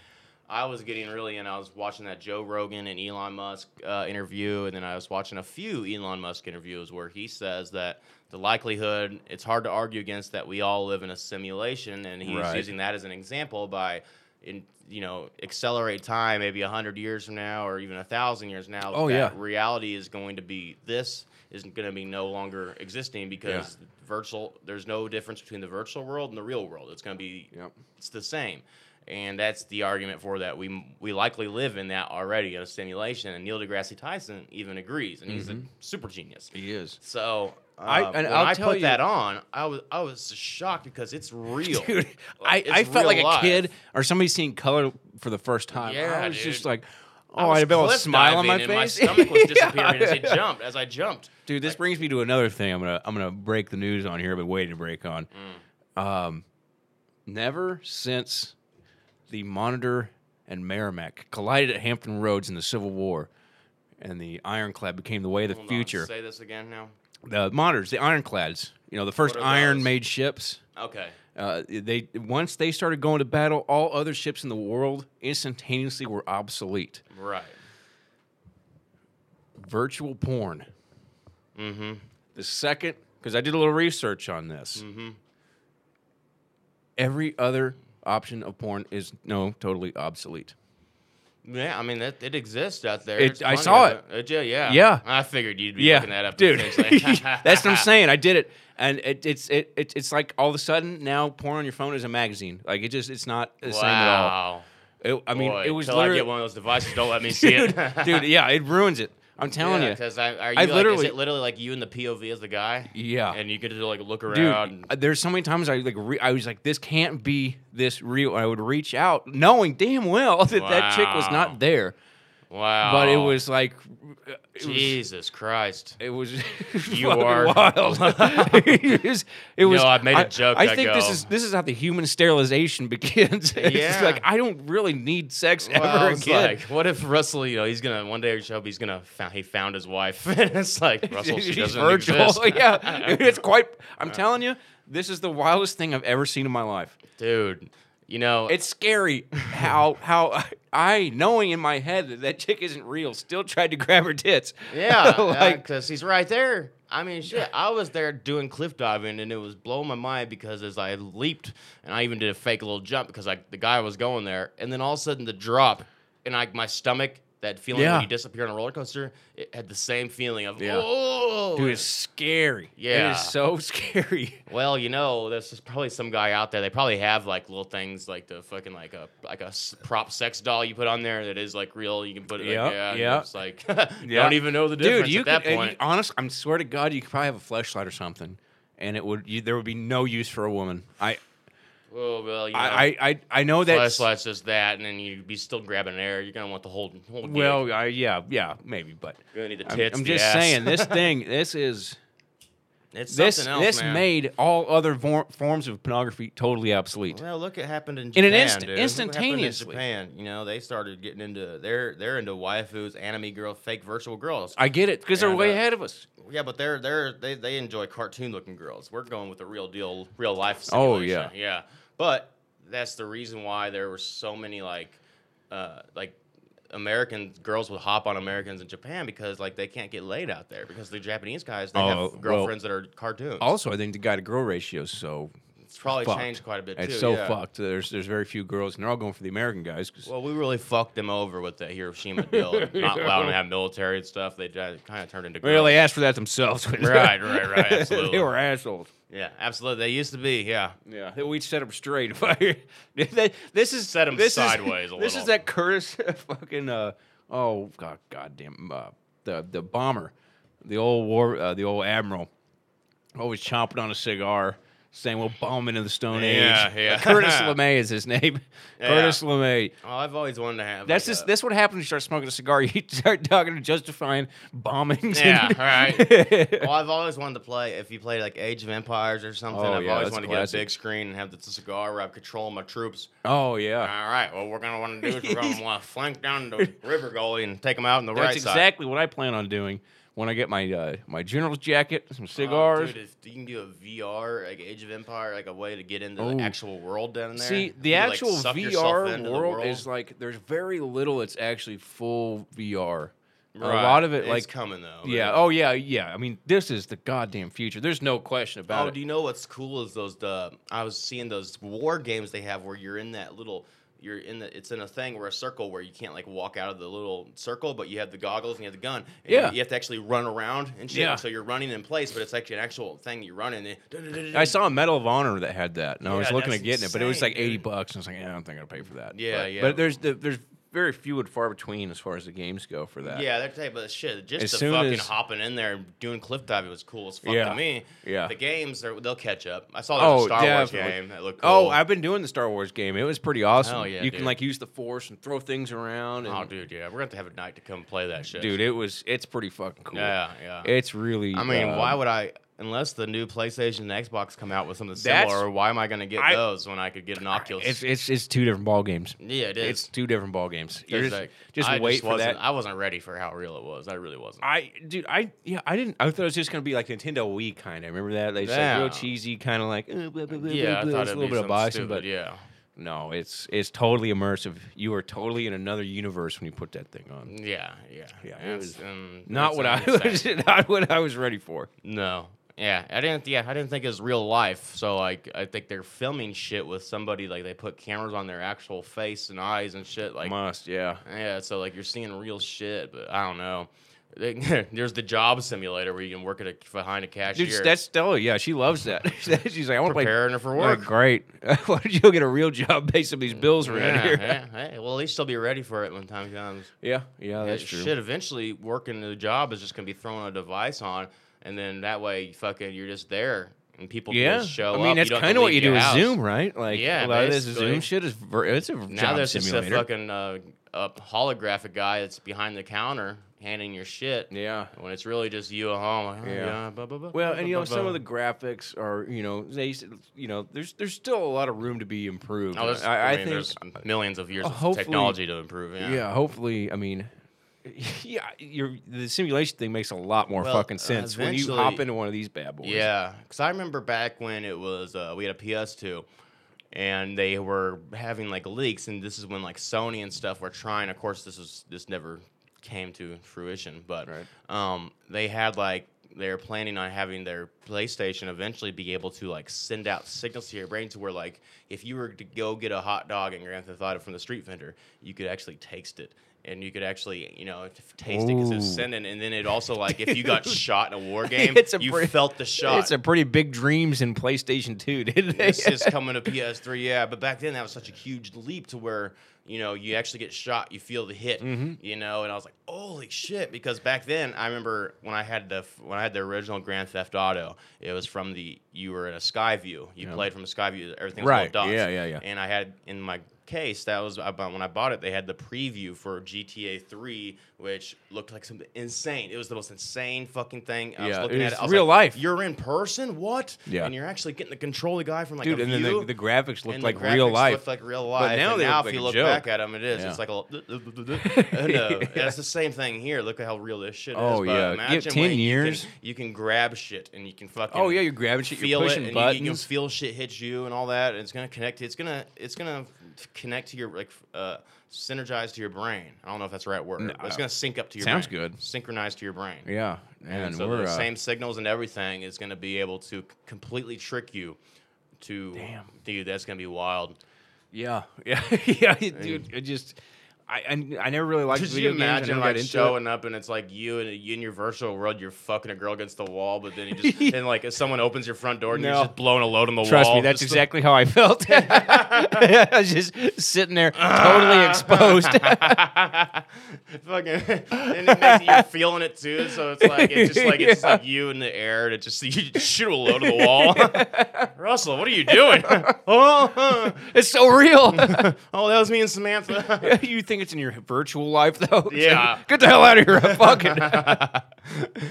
Speaker 2: I was getting really, and I was watching that Joe Rogan and Elon Musk uh, interview, and then I was watching a few Elon Musk interviews where he says that the likelihood it's hard to argue against that we all live in a simulation, and he's
Speaker 1: Right.
Speaker 2: using that as an example by, in you know, accelerate time maybe hundred years from now or even a thousand years now.
Speaker 1: Oh,
Speaker 2: that
Speaker 1: yeah.
Speaker 2: reality is going to be this is going to be no longer existing because virtual. There's no difference between the virtual world and the real world. It's going to be
Speaker 1: Yep.
Speaker 2: it's the same. And that's the argument for that. We we likely live in that already in a simulation. And Neil deGrasse Tyson even agrees, and he's a super genius.
Speaker 1: He is.
Speaker 2: So
Speaker 1: Mm-hmm. I-
Speaker 2: uh,
Speaker 1: and
Speaker 2: when
Speaker 1: I'll
Speaker 2: I
Speaker 1: tell
Speaker 2: put
Speaker 1: you-
Speaker 2: that on, I was I was shocked because it's real.
Speaker 1: Dude, I,
Speaker 2: Like,
Speaker 1: I
Speaker 2: it's
Speaker 1: felt like
Speaker 2: real
Speaker 1: a kid or somebody seeing color for the first time. I
Speaker 2: Yeah,
Speaker 1: was just
Speaker 2: dude.
Speaker 1: like,
Speaker 2: I
Speaker 1: oh, I
Speaker 2: was
Speaker 1: had about a
Speaker 2: cliff
Speaker 1: smile on my
Speaker 2: diving
Speaker 1: face.
Speaker 2: and My stomach was
Speaker 1: Yeah.
Speaker 2: disappearing as it jumped. As I jumped,
Speaker 1: Dude, this brings me to another thing. I'm gonna I'm gonna break the news on here. I've been waiting to break on.
Speaker 2: Mm.
Speaker 1: Um, never since the Monitor and Merrimack collided at Hampton Roads in the Civil War, and the ironclad became the way of the
Speaker 2: Hold on,
Speaker 1: future.
Speaker 2: say this again now.
Speaker 1: the monitors, the ironclads, you know, the first
Speaker 2: What are those?
Speaker 1: iron-made ships.
Speaker 2: Okay.
Speaker 1: Uh, they once they started going to battle, all other ships in the world instantaneously were obsolete.
Speaker 2: Right.
Speaker 1: Virtual porn.
Speaker 2: Mm-hmm.
Speaker 1: The second, because I did a little research on this.
Speaker 2: Mm-hmm.
Speaker 1: Every other option of porn is no, totally obsolete.
Speaker 2: Yeah, I mean that it exists out there.
Speaker 1: It-
Speaker 2: There's
Speaker 1: I
Speaker 2: plenty
Speaker 1: saw
Speaker 2: of it. yeah, yeah,
Speaker 1: Yeah.
Speaker 2: I figured you'd be looking that up,
Speaker 1: dude.
Speaker 2: potentially.
Speaker 1: That's what I'm saying. I did it, and it, it's it, it it's like all of a sudden now porn on your phone is a magazine. Like it just it's not the
Speaker 2: wow.
Speaker 1: same at all. It, I mean,
Speaker 2: Boy,
Speaker 1: it was
Speaker 2: till I get
Speaker 1: literally,
Speaker 2: one of those devices. Don't let me see
Speaker 1: dude,
Speaker 2: it,
Speaker 1: dude. Yeah, it ruins it. I'm telling you.
Speaker 2: because I, are you
Speaker 1: I
Speaker 2: like,
Speaker 1: literally-
Speaker 2: is it literally like you and the POV as the guy?
Speaker 1: Yeah.
Speaker 2: and you get to like look
Speaker 1: Dude,
Speaker 2: around. and-
Speaker 1: uh, there's so many times I like re- I was like, this can't be this real. I would reach out, knowing damn well that that chick was
Speaker 2: Wow. Oh.
Speaker 1: not there.
Speaker 2: Wow.
Speaker 1: but it was like it was,
Speaker 2: Jesus Christ.
Speaker 1: it was
Speaker 2: You
Speaker 1: fucking
Speaker 2: are-
Speaker 1: wild. it was, it was-
Speaker 2: No, I made a joke,
Speaker 1: I,
Speaker 2: I
Speaker 1: think this
Speaker 2: go-
Speaker 1: is this is how the human sterilization begins. it's just
Speaker 2: Yeah.
Speaker 1: like I don't really need sex
Speaker 2: Well, I
Speaker 1: ever
Speaker 2: was
Speaker 1: again.
Speaker 2: like, what if Russell? You know, he's gonna one day show up. He's gonna found, he found his wife, and it's like Russell, she
Speaker 1: She's
Speaker 2: doesn't
Speaker 1: Virgil.
Speaker 2: exist.
Speaker 1: yeah, it's quite. I'm telling you, this is the wildest thing I've ever seen in my life.
Speaker 2: dude. You know,
Speaker 1: It's scary how how I, knowing in my head that that chick isn't real, still tried to grab her tits.
Speaker 2: Yeah,
Speaker 1: like
Speaker 2: because he's right there. I mean, shit, I was there doing cliff diving, and it was blowing my mind because as I leaped, and I even did a fake little jump because like the guy was going there, and then all of a sudden the drop, and like my stomach, that feeling
Speaker 1: Yeah.
Speaker 2: when you disappear on a roller coaster, it had the same feeling of
Speaker 1: Yeah.
Speaker 2: oh.
Speaker 1: dude, it's scary.
Speaker 2: Yeah.
Speaker 1: it is so scary.
Speaker 2: Well, you know, there's just probably some guy out there. They probably have like little things like the fucking like a like a s- prop sex doll you put on there that is like real. You can put it
Speaker 1: Yeah,
Speaker 2: like, yeah, and
Speaker 1: yeah.
Speaker 2: It's like
Speaker 1: Yeah.
Speaker 2: don't even know the difference
Speaker 1: Dude, you
Speaker 2: at that
Speaker 1: could, and
Speaker 2: point.
Speaker 1: you- honest, I'm swear to God, you could probably have a flashlight or something, and it would you, there would be no use for a woman. I
Speaker 2: oh well, you know.
Speaker 1: I, I I I know that.
Speaker 2: flashlight's just that, and then you'd be still grabbing air. You're gonna want the whole whole. gig.
Speaker 1: Well, I, yeah, yeah, maybe, but
Speaker 2: you're gonna need the
Speaker 1: I'm,
Speaker 2: tits.
Speaker 1: I'm
Speaker 2: the
Speaker 1: just
Speaker 2: ass.
Speaker 1: saying this thing. This is.
Speaker 2: it's
Speaker 1: this
Speaker 2: something else,
Speaker 1: this
Speaker 2: man.
Speaker 1: made all other vor- forms of pornography totally obsolete.
Speaker 2: Well, look, it happened in
Speaker 1: In
Speaker 2: Japan.
Speaker 1: an instant-
Speaker 2: dude. Look what happened
Speaker 1: instantaneously.
Speaker 2: in Japan, you know, they started getting into they're they're into waifus, anime girl, fake virtual girls.
Speaker 1: I get it because they're
Speaker 2: Yeah,
Speaker 1: way
Speaker 2: but-
Speaker 1: ahead of us.
Speaker 2: yeah, but they're they're they, they enjoy cartoon looking girls. We're going with the real deal, real life.
Speaker 1: Oh,
Speaker 2: Simulation.
Speaker 1: yeah.
Speaker 2: yeah. But that's the reason why there were so many like uh like. American girls would hop on Americans in Japan because like they can't get laid out there because the Japanese guys they
Speaker 1: Oh, well-
Speaker 2: have girlfriends that are cartoons.
Speaker 1: Also, I think the guy to girl ratio is so
Speaker 2: It's probably
Speaker 1: fucked.
Speaker 2: changed quite a bit
Speaker 1: It's
Speaker 2: too.
Speaker 1: so
Speaker 2: yeah.
Speaker 1: fucked. There's there's very few girls, and they're all going for the American guys. 'cause-
Speaker 2: Well, we really fucked them over with the Hiroshima deal, not allowing them to have military and stuff. They kind of turned into
Speaker 1: well, they asked for that themselves.
Speaker 2: Right, right, right, absolutely.
Speaker 1: they were assholes.
Speaker 2: yeah, absolutely. They used to be, yeah.
Speaker 1: Yeah, we set them straight. If I- They- this is
Speaker 2: Set 'em
Speaker 1: this is-
Speaker 2: sideways a
Speaker 1: this
Speaker 2: little.
Speaker 1: is that Curtis fucking uh oh god goddamn uh, the the bomber, the old war uh, the old admiral, always chomping on a cigar, saying we'll bomb into the Stone
Speaker 2: Yeah,
Speaker 1: Age.
Speaker 2: yeah.
Speaker 1: Curtis LeMay is his name. Curtis LeMay.
Speaker 2: Oh, I've always wanted to have.
Speaker 1: That's
Speaker 2: like,
Speaker 1: just
Speaker 2: a-
Speaker 1: that's what happens when you start smoking a cigar. You start talking and justifying bombings.
Speaker 2: Yeah,
Speaker 1: and-
Speaker 2: right. Well, Oh, I've always wanted to play. If you play like Age of Empires or something,
Speaker 1: Oh,
Speaker 2: I've
Speaker 1: yeah,
Speaker 2: always
Speaker 1: that's
Speaker 2: wanted to
Speaker 1: classic.
Speaker 2: get a big screen and have the cigar where I'm controlling my troops.
Speaker 1: oh
Speaker 2: All
Speaker 1: yeah.
Speaker 2: right, well, we're gonna want to do is we're gonna want to flank down the river goalie and take them out on the
Speaker 1: That's
Speaker 2: right side.
Speaker 1: exactly what I plan on doing when I get my uh, my general's jacket, some
Speaker 2: Oh,
Speaker 1: cigars.
Speaker 2: dude, if you can do a VR, like Age of Empire, like a way to get into
Speaker 1: Oh.
Speaker 2: the actual world down there.
Speaker 1: See,
Speaker 2: you
Speaker 1: the
Speaker 2: could, like,
Speaker 1: actual
Speaker 2: suck yourself
Speaker 1: VR
Speaker 2: into the
Speaker 1: world is like there's very little that's actually full VR. A
Speaker 2: Right.
Speaker 1: lot of it,
Speaker 2: It's
Speaker 1: like
Speaker 2: coming though.
Speaker 1: yeah,
Speaker 2: man.
Speaker 1: oh yeah, yeah. I mean, this is the goddamn future. There's no question about
Speaker 2: Oh,
Speaker 1: it.
Speaker 2: do you know what's cool is those the I was seeing those war games they have where you're in that little you're in the it's in a thing where a circle where you can't like walk out of the little circle but you have the goggles and you have the gun and you-
Speaker 1: Yeah.
Speaker 2: you have to actually run around and shit
Speaker 1: Yeah.
Speaker 2: so you're running in place but it's actually an actual thing you run in and
Speaker 1: I saw a Medal of Honor that had that, and I was
Speaker 2: Yeah,
Speaker 1: looking
Speaker 2: that's
Speaker 1: at getting it, but it was
Speaker 2: insane,
Speaker 1: like eighty
Speaker 2: dude.
Speaker 1: bucks, and I was like, yeah, I don't think I'll pay for that.
Speaker 2: Yeah,
Speaker 1: but,
Speaker 2: yeah.
Speaker 1: But there's the, there's very few and far between as far as the games go for that.
Speaker 2: Yeah, that type of shit. Just
Speaker 1: As
Speaker 2: the
Speaker 1: soon
Speaker 2: fucking
Speaker 1: as-
Speaker 2: hopping in there and doing cliff diving was cool as fuck
Speaker 1: Yeah,
Speaker 2: to me.
Speaker 1: yeah.
Speaker 2: The games, they're, they'll catch up. I saw there's
Speaker 1: Oh,
Speaker 2: a Star
Speaker 1: definitely.
Speaker 2: Wars game that looked cool.
Speaker 1: Oh, I've been doing the Star Wars game. It was pretty awesome.
Speaker 2: Oh, yeah,
Speaker 1: you can
Speaker 2: dude.
Speaker 1: like use the Force and throw things around. And,
Speaker 2: Oh, dude, yeah. We're going to have to have a night to come play that shit.
Speaker 1: dude, it was it's pretty fucking cool.
Speaker 2: Yeah, yeah.
Speaker 1: It's really.
Speaker 2: I mean,
Speaker 1: uh,
Speaker 2: why would I, unless the new PlayStation and Xbox come out with something
Speaker 1: That's-
Speaker 2: similar, why am I going to get
Speaker 1: I-
Speaker 2: those when I could get an Oculus?
Speaker 1: It's it's it's two different ball games.
Speaker 2: yeah, it is.
Speaker 1: It's two different ball games. You're
Speaker 2: There's,
Speaker 1: just
Speaker 2: like,
Speaker 1: just
Speaker 2: I
Speaker 1: wait for
Speaker 2: wasn't-
Speaker 1: that.
Speaker 2: I wasn't ready for how real it was. I really wasn't.
Speaker 1: I dude, I yeah, I didn't. I thought it was just gonna be like Nintendo Wii kind of. Remember that? They said
Speaker 2: Yeah.
Speaker 1: real cheesy, kind of like uh, blah, blah, blah,
Speaker 2: yeah,
Speaker 1: blah,
Speaker 2: I
Speaker 1: blah.
Speaker 2: thought
Speaker 1: It's
Speaker 2: it'd
Speaker 1: a
Speaker 2: be
Speaker 1: little bit of
Speaker 2: something
Speaker 1: bias,
Speaker 2: stupid,
Speaker 1: but
Speaker 2: yeah.
Speaker 1: no, it's it's totally immersive. You are totally in another universe when you put that thing on.
Speaker 2: Yeah, yeah.
Speaker 1: Yeah, it
Speaker 2: It's,
Speaker 1: was
Speaker 2: um,
Speaker 1: Not
Speaker 2: it's
Speaker 1: what I
Speaker 2: insane.
Speaker 1: was, not what I was ready for.
Speaker 2: No. Yeah, I didn't. Yeah, I didn't think it was real life. So like, I think they're filming shit with somebody. Like they put cameras on their actual face and eyes and shit. Like,
Speaker 1: Must, yeah.
Speaker 2: yeah. So like, you're seeing real shit. But I don't know. They- There's the job simulator where you can work at a, behind a cashier,
Speaker 1: Dude, that's Stella. Yeah, she loves that. She's like, I want to play.
Speaker 2: preparing her for
Speaker 1: I'm like,
Speaker 2: work.
Speaker 1: great. Why don't you get a real job, pay some of these bills
Speaker 2: Yeah,
Speaker 1: around here?
Speaker 2: yeah, hey, well, at least they'll be ready for it when time comes.
Speaker 1: Yeah, yeah, Oh, that's
Speaker 2: Yeah,
Speaker 1: true.
Speaker 2: Shit, eventually working the job is just gonna be throwing a device on, and then that way, fucking, you're just there, and people
Speaker 1: Yeah,
Speaker 2: can just show
Speaker 1: I
Speaker 2: up.
Speaker 1: mean that's
Speaker 2: don't have to
Speaker 1: kind of what
Speaker 2: leave
Speaker 1: you do
Speaker 2: your
Speaker 1: with
Speaker 2: house.
Speaker 1: Zoom, right? Like a
Speaker 2: Yeah,
Speaker 1: lot of this
Speaker 2: basically.
Speaker 1: Zoom shit is ver- it's a
Speaker 2: Now
Speaker 1: job
Speaker 2: there's just a
Speaker 1: simulator.
Speaker 2: fucking uh, a holographic guy that's behind the counter handing your shit.
Speaker 1: Yeah.
Speaker 2: When it's really just you at home. like, "Oh,
Speaker 1: Yeah.
Speaker 2: yeah, blah, blah, blah,
Speaker 1: Well,
Speaker 2: blah,
Speaker 1: and you know
Speaker 2: blah,
Speaker 1: some
Speaker 2: blah."
Speaker 1: of the graphics are you know they s- you know there's there's still a lot of room to be improved.
Speaker 2: Oh,
Speaker 1: And
Speaker 2: there's,
Speaker 1: I,
Speaker 2: I,
Speaker 1: I
Speaker 2: mean,
Speaker 1: think
Speaker 2: there's millions of years
Speaker 1: Uh,
Speaker 2: of
Speaker 1: hopefully-
Speaker 2: technology to improve. Yeah.
Speaker 1: yeah. Hopefully, I mean. Yeah, your the simulation thing makes a lot more
Speaker 2: Well,
Speaker 1: fucking sense when you hop
Speaker 2: eventually-
Speaker 1: into one of these bad boys.
Speaker 2: Yeah, because I remember back when it was uh, we had a PS2, and they were having like leaks, and this is when like Sony and stuff were trying. Of course, this was this never came to fruition, but
Speaker 1: Right.
Speaker 2: um, they had like they were planning on having their PlayStation eventually be able to like send out signals to your brain to where like if you were to go get a hot dog in Grand Theft Auto from the street vendor, you could actually taste it. And you could actually, you know, taste it because it was
Speaker 1: Ooh.
Speaker 2: sending. And then it also, like, if you got shot in a war game,
Speaker 1: It's a
Speaker 2: you
Speaker 1: pre-
Speaker 2: felt the shot.
Speaker 1: It's a pretty big dreams in PlayStation 2, didn't they?
Speaker 2: this is coming to PS3, yeah. But back then, that was such a huge leap to where you know you actually get shot, you feel the hit,
Speaker 1: Mm-hmm.
Speaker 2: you know. And I was like, holy shit! Because back then, I remember when I had the f- when I had the original Grand Theft Auto, it was from the you were in a sky view, you played from a sky view, everything was
Speaker 1: Right,
Speaker 2: little dots.
Speaker 1: yeah, yeah, yeah.
Speaker 2: And I had in my case that was about when I bought it, they had the preview for GTA 3, which looked like something insane. It was the most insane fucking thing. I was
Speaker 1: Yeah,
Speaker 2: looking
Speaker 1: it
Speaker 2: at
Speaker 1: was
Speaker 2: it, I was
Speaker 1: real
Speaker 2: like,
Speaker 1: life.
Speaker 2: You're in person, what?
Speaker 1: Yeah.
Speaker 2: and you're actually getting to control the guy from like
Speaker 1: Dude,
Speaker 2: a
Speaker 1: and then
Speaker 2: view.
Speaker 1: the, the graphics looked
Speaker 2: and
Speaker 1: like
Speaker 2: the
Speaker 1: real
Speaker 2: graphics
Speaker 1: life.
Speaker 2: looked like real life.
Speaker 1: now
Speaker 2: and
Speaker 1: they
Speaker 2: now
Speaker 1: look
Speaker 2: if
Speaker 1: like
Speaker 2: you
Speaker 1: a
Speaker 2: look
Speaker 1: joke.
Speaker 2: back at them, it is.
Speaker 1: Yeah.
Speaker 2: It's like a. little no, that's uh, the same thing here. Look at how real this shit is.
Speaker 1: Oh,
Speaker 2: but
Speaker 1: yeah. Give
Speaker 2: imagine
Speaker 1: 10
Speaker 2: when
Speaker 1: years.
Speaker 2: You can, you can grab shit and you can fucking.
Speaker 1: oh, yeah, you're grabbing shit, you're
Speaker 2: Feel it,
Speaker 1: pushing
Speaker 2: and you-
Speaker 1: buttons.
Speaker 2: you can feel shit hit you and all that. And it's gonna connect. It's gonna, it's gonna connect to your like, uh, synergize to your brain. I don't know if that's the right word. but it's gonna sync up to your.
Speaker 1: uh, Sounds
Speaker 2: brain.
Speaker 1: good.
Speaker 2: Synchronize to your brain.
Speaker 1: yeah,
Speaker 2: And,
Speaker 1: and
Speaker 2: so
Speaker 1: we're
Speaker 2: the
Speaker 1: uh,
Speaker 2: same signals and everything is going to be able to c- completely trick you to
Speaker 1: Damn.
Speaker 2: dude. That's going to be wild.
Speaker 1: Yeah, yeah, yeah, dude. It just, I, I, I never really liked
Speaker 2: Could you
Speaker 1: video games. I
Speaker 2: imagine
Speaker 1: never got
Speaker 2: like
Speaker 1: into
Speaker 2: showing up and it's like you and you in your virtual world, you're fucking a girl against the wall, but then you just and like if someone opens your front door and
Speaker 1: No.
Speaker 2: you're just blowing a load on the
Speaker 1: it. Trust
Speaker 2: wall.
Speaker 1: me, that's
Speaker 2: just-
Speaker 1: exactly how I felt. I was just sitting there, totally exposed.
Speaker 2: fucking, and it makes, you're feeling it too. So it's like it's just like it's just like you in the air, and it just you just shoot a load of the wall. Russell, what are you doing? oh,
Speaker 1: it's so real.
Speaker 2: oh, that was me and Samantha.
Speaker 1: you think it's in your virtual life though? It's
Speaker 2: Yeah.
Speaker 1: like, Get the hell out of here! I'm fucking.